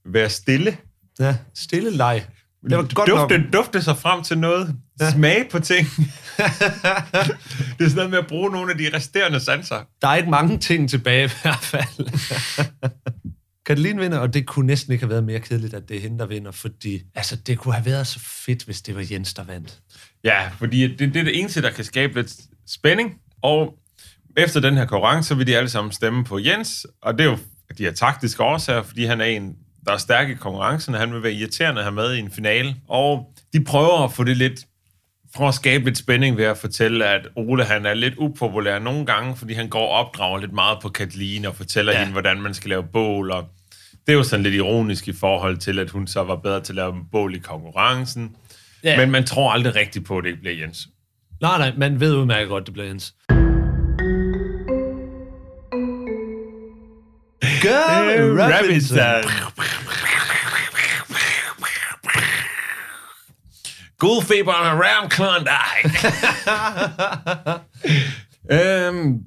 Speaker 1: være stille,
Speaker 2: Ja, stille leg. Det var godt nok.
Speaker 1: dufte, dufte sig frem til noget, ja. smage på ting. det er sådan noget med at bruge nogle af de resterende sanser.
Speaker 2: Der er ikke mange ting tilbage i hvert fald. Katalin vinder, og det kunne næsten ikke have været mere kedeligt, at det er hende, der vinder, fordi altså, det kunne have været så fedt, hvis det var Jens, der vandt.
Speaker 1: Ja, fordi det, det er det eneste, der kan skabe lidt spænding. Og efter den her konkurrence, så vil de alle sammen stemme på Jens. Og det er jo de her taktiske årsager, fordi han er en, der er stærk i konkurrencen, og han vil være irriterende at have med i en finale. Og de prøver at få det lidt prøver at skabe lidt spænding ved at fortælle, at Ole han er lidt upopulær nogle gange, fordi han går og opdrager lidt meget på Kathleen og fortæller ja. hende, hvordan man skal lave bål. Og det er jo sådan lidt ironisk i forhold til, at hun så var bedre til at lave bål i konkurrencen.
Speaker 2: Ja.
Speaker 1: Ja. Men man tror aldrig rigtigt på, at det bliver Jens.
Speaker 2: Nej, nej, man ved udmærket godt, det bliver Jens. Girl,
Speaker 1: Øh,
Speaker 2: Robinson.
Speaker 1: Guldfeberen around Klondike. øhm,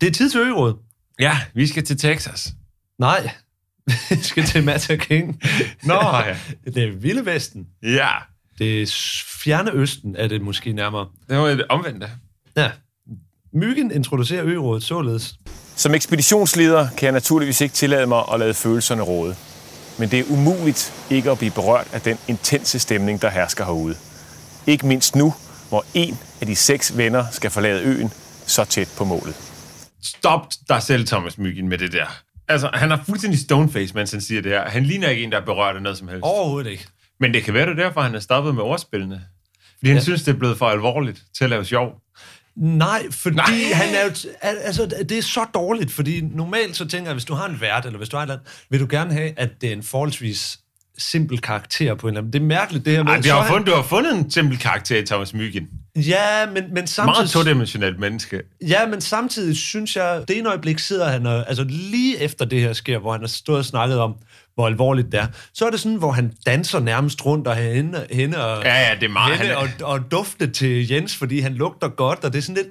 Speaker 2: det er tid til øgeråd.
Speaker 1: Ja, vi skal til Texas.
Speaker 2: Nej, vi skal til Matter King.
Speaker 1: Nå, ja.
Speaker 2: Det er Vilde Vesten.
Speaker 1: Ja.
Speaker 2: Det er s- fjerne Østen, er det måske nærmere.
Speaker 1: Det var et omvendt,
Speaker 2: Ja. Myggen introducerer øgerådet således.
Speaker 13: Som ekspeditionsleder kan jeg naturligvis ikke tillade mig at lade følelserne råde. Men det er umuligt ikke at blive berørt af den intense stemning, der hersker herude. Ikke mindst nu, hvor en af de seks venner skal forlade øen så tæt på målet.
Speaker 1: Stop dig selv, Thomas Myggen, med det der. Altså, han er fuldstændig stoneface, mens han siger det her. Han ligner ikke en, der er berørt af noget som helst.
Speaker 2: Overhovedet ikke.
Speaker 1: Men det kan være, det er derfor, han er stoppet med ordspillene. Fordi han
Speaker 2: Ja.
Speaker 1: synes, det er blevet for alvorligt til at lave sjov.
Speaker 2: Nej, fordi Nej. han er jo... T- al- altså, det er så dårligt, fordi normalt så tænker jeg, hvis du har en vært, eller hvis du har et eller andet, vil du gerne have, at det er en forholdsvis simpel karakter på en eller anden. Det er mærkeligt, det her med...
Speaker 1: Ej, vi
Speaker 2: så
Speaker 1: har
Speaker 2: er
Speaker 1: fundet, du har fundet en simpel karakter i Thomas Myggen.
Speaker 2: han, Ja, men, men samtidig...
Speaker 1: Meget todimensionelt menneske.
Speaker 2: Ja, men samtidig synes jeg, det ene øjeblik sidder han, og, altså lige efter det her sker, hvor han har stået og snakket om, hvor alvorligt det er, så er det sådan, hvor han danser nærmest rundt og hende, hende og,
Speaker 1: Ja, ja, det er meget-
Speaker 2: hende og,
Speaker 1: han
Speaker 2: og dufte til Jens, fordi han lugter godt, og det er sådan lidt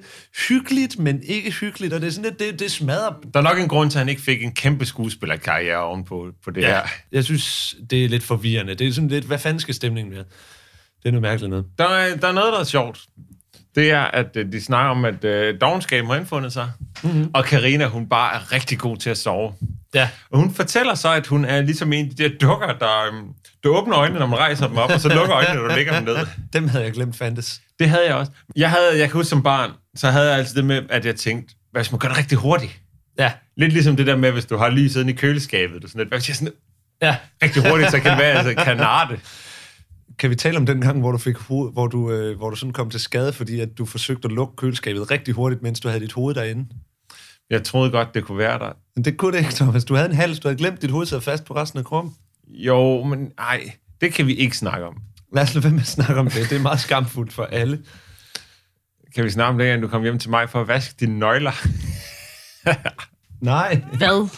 Speaker 2: hyggeligt, men ikke hyggeligt, og det er sådan lidt, det, det smadrer.
Speaker 1: Der er nok en grund til, at han ikke fik en kæmpe skuespillerkarriere ovenpå på det
Speaker 2: Ja.
Speaker 1: ja. her.
Speaker 2: Jeg synes, det er lidt forvirrende. Det er sådan lidt, hvad fanden skal stemningen være? Det er noget mærkeligt noget.
Speaker 1: Der er, der er noget, der er sjovt. Det er, at øh, de snakker om, at øh, dogenskaben har indfundet sig. Mm-hmm. Og Karina, hun bare er rigtig god til at sove.
Speaker 2: Ja.
Speaker 1: Og hun fortæller så, at hun er ligesom en af de der dukker, der... øhm, Du åbner øjnene, når man rejser dem op, og så lukker øjnene, når du lægger dem ned.
Speaker 2: Dem havde jeg glemt fandtes.
Speaker 1: Det havde jeg også. Jeg, havde, jeg kan huske som barn, så havde jeg altid det med, at jeg tænkte, hvad hvis man gør det rigtig hurtigt?
Speaker 2: Ja.
Speaker 1: Lidt ligesom det der med, hvis du har lige siden i køleskabet, du sådan lidt, hvad hvis jeg sådan
Speaker 2: Ja.
Speaker 1: rigtig hurtigt, så kan det være, at jeg kan narre det.
Speaker 2: Kan vi tale om den gang, hvor du, fik hoved, hvor, du, øh, hvor du sådan kom til skade, fordi at du forsøgte at lukke køleskabet rigtig hurtigt, mens du havde dit hoved derinde?
Speaker 1: Jeg troede godt, det kunne være der.
Speaker 2: Men det kunne det ikke, Thomas. Du havde en hals, du havde glemt, dit hoved sad fast på resten af kroppen.
Speaker 1: Jo, men nej, det kan vi ikke snakke om.
Speaker 2: Lad os lade være med at snakke om det. Det er meget skamfuldt for alle.
Speaker 1: Kan vi snakke om det, inden du kom hjem til mig for at vaske dine nøgler?
Speaker 2: Nej.
Speaker 4: Hvad?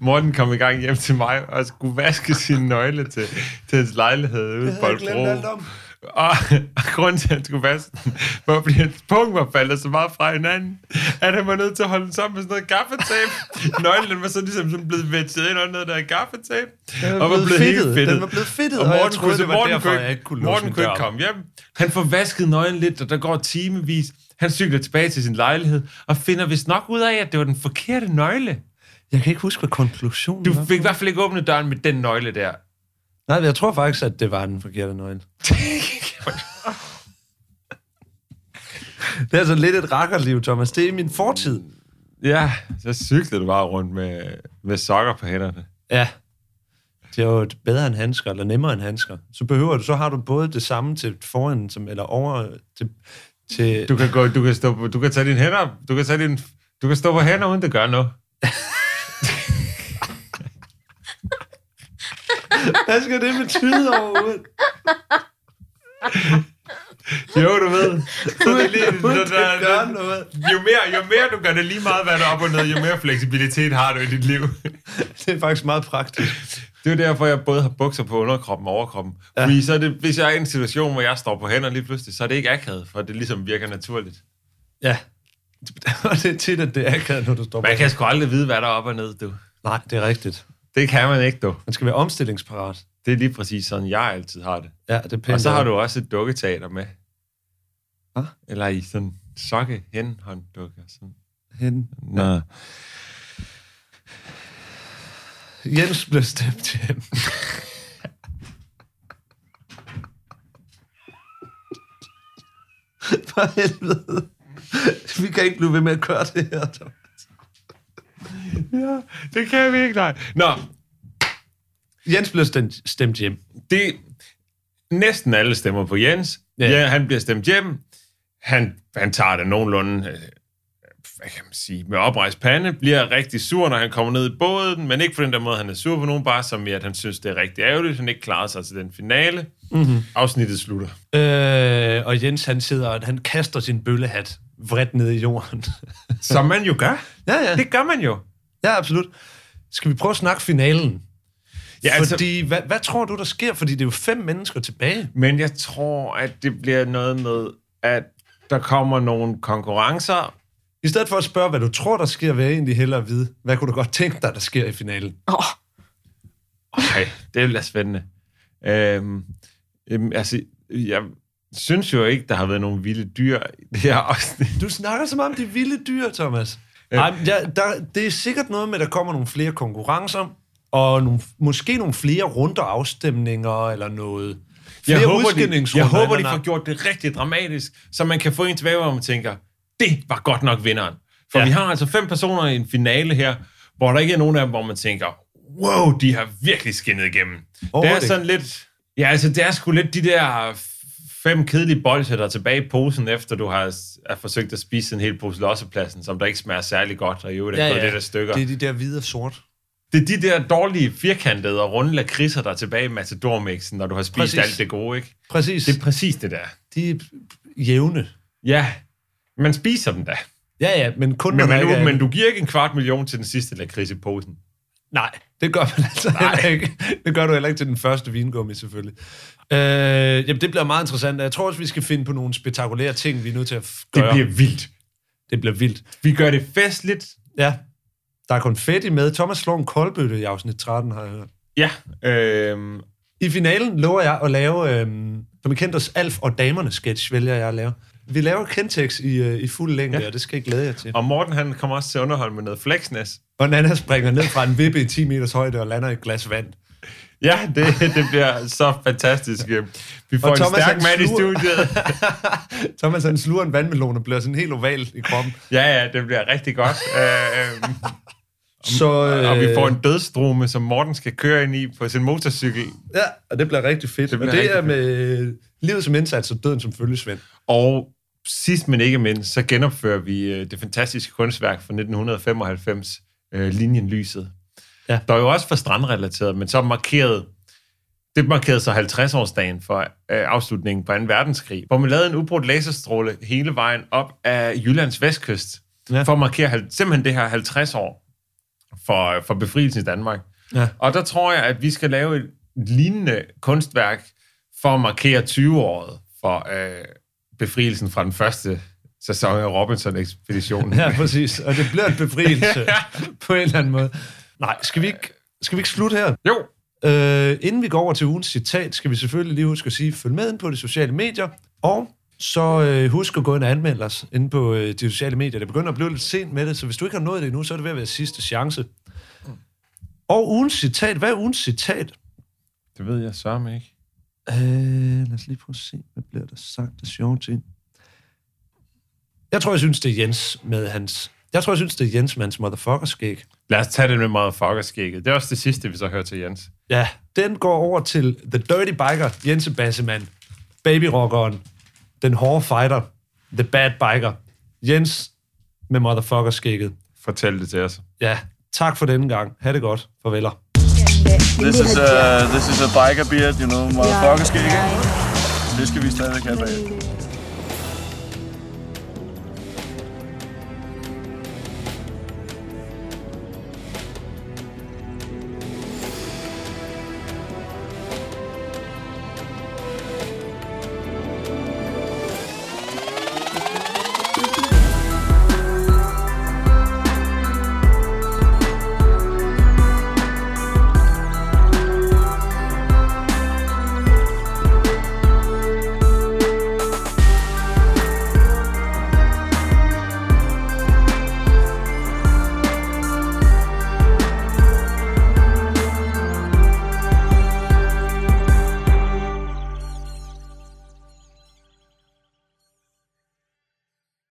Speaker 1: Morten kom i gang hjem til mig og skulle vaske sine nøgle til, til hans lejlighed ude i
Speaker 2: havde jeg glemt
Speaker 1: Bolbro.
Speaker 2: alt om.
Speaker 1: Og, og grunden til, at han skulle vaske den, var, fordi hans punkt var faldet så meget fra hinanden, at han var nødt til at holde den sammen med sådan noget gaffatape. Nøglen var så ligesom sådan blevet vettet ind under noget der gaffatape.
Speaker 2: Den var blevet fedtet. Den var blevet fedtet,
Speaker 1: og
Speaker 2: og jeg
Speaker 1: Morten,
Speaker 2: troede,
Speaker 1: kunne,
Speaker 2: det var
Speaker 1: Morten
Speaker 2: derfor,
Speaker 1: kunne,
Speaker 2: jeg ikke kunne låse
Speaker 1: Morten
Speaker 2: min
Speaker 1: kunne
Speaker 2: dør
Speaker 1: ikke
Speaker 2: op.
Speaker 1: komme hjem. Han får vasket nøglen lidt, og der går timevis. Han cykler tilbage til sin lejlighed, og finder vist nok ud af, at det var den forkerte nøgle.
Speaker 2: Jeg kan ikke huske, hvad konklusionen
Speaker 1: Du
Speaker 2: var.
Speaker 1: fik i hvert fald ikke åbnet døren med den nøgle der.
Speaker 2: Nej, men jeg tror faktisk, at det var den forkerte nøgle. det er altså lidt et rakkerliv, Thomas. Det er min fortid.
Speaker 1: Ja, så cyklede du bare rundt med, med sokker på hænderne.
Speaker 2: Ja. Det er jo et bedre end handsker, eller nemmere end handsker. Så behøver du, så har du både det samme til foran, som, eller over til... til
Speaker 1: Du kan, gå, du kan, stå, på- du kan tage dine hænder, du kan, tage din, du kan stå på hænder, uden det gør noget.
Speaker 2: Hvad skal det betyde overhovedet?
Speaker 1: Jo, du ved. Så det er lige,
Speaker 2: Uden
Speaker 1: der,
Speaker 2: det
Speaker 1: der,
Speaker 2: gør
Speaker 1: der, jo, mere, jo mere du gør det lige meget, hvad der er op og ned, jo mere fleksibilitet har du i dit liv.
Speaker 2: Det er faktisk meget praktisk.
Speaker 1: Det er jo derfor, jeg både har bukser på underkroppen og overkroppen. Ja. Fordi så er det, hvis jeg er i en situation, hvor jeg står på hænder lige pludselig, så er det ikke akavet, for det ligesom virker naturligt.
Speaker 2: Ja. Og det er tit, at det er akavet, når du står
Speaker 1: Man kan sgu aldrig vide, hvad der er op og ned, du.
Speaker 2: Nej, det er rigtigt.
Speaker 1: Det kan man ikke, du.
Speaker 2: Man skal være omstillingsparat.
Speaker 1: Det er lige præcis sådan, jeg altid har det.
Speaker 2: Ja, det er pænt.
Speaker 1: Og så har
Speaker 2: lavet.
Speaker 1: du også et dukketeater med.
Speaker 2: Hva?
Speaker 1: Eller i sådan sokke, hen, hånddukke og sådan.
Speaker 2: Hen.
Speaker 1: Nå.
Speaker 2: Jens blev stemt hjem. For helvede. Vi kan ikke blive ved med at køre det her. dog.
Speaker 1: Ja, det kan vi ikke, nej. Nå.
Speaker 2: Jens blev stemt, stemt hjem.
Speaker 1: Det, næsten alle stemmer på Jens. Ja. ja han bliver stemt hjem. Han, han tager det nogenlunde, øh, hvad kan man sige, med oprejst pande, bliver rigtig sur, når han kommer ned i båden, men ikke på den der måde, han er sur på nogen, bare som i, at han synes, det er rigtig ærgerligt, han ikke klarede sig til den finale.
Speaker 2: Mm-hmm.
Speaker 1: Afsnittet slutter.
Speaker 2: Øh, og Jens, han sidder, han kaster sin bøllehat vredt ned i jorden.
Speaker 1: Som man jo gør.
Speaker 2: Ja, ja.
Speaker 1: Det gør man jo.
Speaker 2: Ja, absolut. Skal vi prøve at snakke finalen?
Speaker 1: Ja,
Speaker 2: Ja,
Speaker 1: altså-
Speaker 2: altså... Fordi, hvad, hvad tror du, der sker? Fordi det er jo fem mennesker tilbage.
Speaker 1: Men jeg tror, at det bliver noget med, at der kommer nogle konkurrencer.
Speaker 2: I stedet for at spørge, hvad du tror, der sker, vil jeg egentlig hellere vide, hvad kunne du godt tænke dig, der sker i finalen?
Speaker 1: Nej, det bliver spændende. Øhm, øhm, altså, jeg synes jo ikke, der har været nogen vilde dyr i det her afsnit.
Speaker 2: Du snakker som om de er vilde dyr, Thomas. Nej, men jeg, der, det er sikkert noget med, at der kommer nogle flere konkurrencer, og nogle, måske nogle flere runder afstemninger, eller noget. Flere
Speaker 1: Jeg håber, de, jeg
Speaker 2: udskilningsrunder,
Speaker 1: håber, de
Speaker 2: eller-
Speaker 1: får gjort det rigtig dramatisk, så man kan få en tilbage, hvor man tænker, det var godt nok vinderen. For ja. vi har altså fem personer i en finale her, hvor der ikke er nogen af dem, hvor man tænker, wow, de har virkelig skinnet igennem.
Speaker 2: Hvor
Speaker 1: det
Speaker 2: var
Speaker 1: er
Speaker 2: det?
Speaker 1: sådan lidt... Ja, altså, det er sgu lidt de der f- fem kedelige bolsjer, der er tilbage i posen, efter du har, s- har forsøgt at spise en hel pose lossepladsen, som der ikke smager særlig godt, og i øvrigt er ja, gået ja. lidt af stykker.
Speaker 2: Det er de der hvide og sort.
Speaker 1: Det er de der dårlige, firkantede og runde lakridser, der er tilbage i matadormixen, når du har spist
Speaker 2: Præcis.
Speaker 1: præcis. alt det gode, ikke?
Speaker 2: Præcis.
Speaker 1: Det er præcis det der.
Speaker 2: De er jævne.
Speaker 1: Ja, man spiser dem da.
Speaker 2: Ja, ja, men kun når
Speaker 1: Men,
Speaker 2: der
Speaker 1: man,
Speaker 2: ikke
Speaker 1: nu,
Speaker 2: er-
Speaker 1: men du giver ikke en kvart million til den sidste lakrids i posen.
Speaker 2: Nej, det gør man altså heller ikke. Det gør du heller ikke til den første vingummi, selvfølgelig. Øh, jamen, det bliver meget interessant. og Jeg tror også, vi skal finde på nogle spektakulære ting, vi er nødt til at f-
Speaker 1: Det
Speaker 2: gøre.
Speaker 1: bliver vildt.
Speaker 2: det bliver vildt.
Speaker 1: Vi gør det festligt.
Speaker 2: Ja. Der er konfetti med. Thomas slår en koldbøtte i afsnit 13, har jeg hørt.
Speaker 1: Ja. Øhm,
Speaker 2: I finalen lover jeg at lave, øhm, som I kendte os, Alf og damerne sketch, vælger jeg at lave. Vi laver Kentex i, øh, i fuld længde, ja. og det skal I glæde jer til.
Speaker 1: og Morten, han kommer også til at underholde med noget flexness.
Speaker 2: Og Nana springer ned fra en vippe i 10 meters højde og lander i et glas vand.
Speaker 1: Ja, det, det bliver så fantastisk. Vi får
Speaker 2: Og
Speaker 1: en
Speaker 2: Thomas,
Speaker 1: stærk
Speaker 2: han
Speaker 1: mand i
Speaker 2: sluger.
Speaker 1: studiet.
Speaker 2: Thomas han sluger en vandmelon og bliver sådan helt oval i kroppen.
Speaker 1: Ja, ja, det bliver rigtig godt. Øhm,
Speaker 2: Så,
Speaker 1: og vi får en dødstrume, som Morten skal køre ind i på sin motorcykel.
Speaker 2: øh, Ja, og det bliver rigtig fedt. Det
Speaker 1: bliver
Speaker 2: og det
Speaker 1: rigtig
Speaker 2: er med livet som indsats og døden som følgesvend.
Speaker 1: Og sidst men ikke mindst, så genopfører vi øh, det fantastiske kunstværk fra 1995, øh, Linjen Lyset.
Speaker 2: Ja.
Speaker 1: Der er jo også for strandrelateret, men så markeret, det markerede så 50-årsdagen for øh, afslutningen på 2. verdenskrig, hvor man lavede en ubrudt laserstråle hele vejen op af Jyllands vestkyst,
Speaker 2: Ja.
Speaker 1: ja. for at markere hal- simpelthen det her 50 år for, for befrielsen i Danmark.
Speaker 2: Ja.
Speaker 1: Og der tror jeg, at vi skal lave et lignende kunstværk for at markere 20-året for øh, befrielsen fra den første sæson af Robinson-ekspeditionen.
Speaker 2: Ja, præcis. Og det bliver en befrielse på en eller anden måde. Nej, skal vi ikke, skal vi ikke slutte her?
Speaker 1: Jo.
Speaker 2: Øh, inden vi går over til ugens citat, skal vi selvfølgelig lige huske at sige, følg med ind på de sociale medier, og så øh, husk at gå ind og anmelde os inde på øh, de sociale medier. Det begynder at blive lidt sent med det, så hvis du ikke har nået det endnu, så er det ved at være sidste chance. Og ugens citat. Hvad er ugens citat?
Speaker 1: Det ved jeg sørme ikke.
Speaker 2: Øh, lad os lige prøve at se, hvad bliver der sagt af sjove ting. Jeg tror, jeg synes, det er Jens med hans... Jeg tror, jeg synes, det er Jens med hans motherfucker-skæg.
Speaker 1: Lad os tage det med motherfucker-skægget. Det er også det sidste, vi så hører til Jens.
Speaker 2: Ja, den går over til The Dirty Biker, Jense Bassemann, babyrockeren, den hårde fighter, The Bad Biker, Jens med motherfucker-skægget.
Speaker 1: Fortæl det til os.
Speaker 2: Ja, tak for denne gang. Ha' det godt. Farveler.
Speaker 11: This is a, this is a biker beard, you know, motherfucker skal ikke. Det skal vi stadigvæk have bag.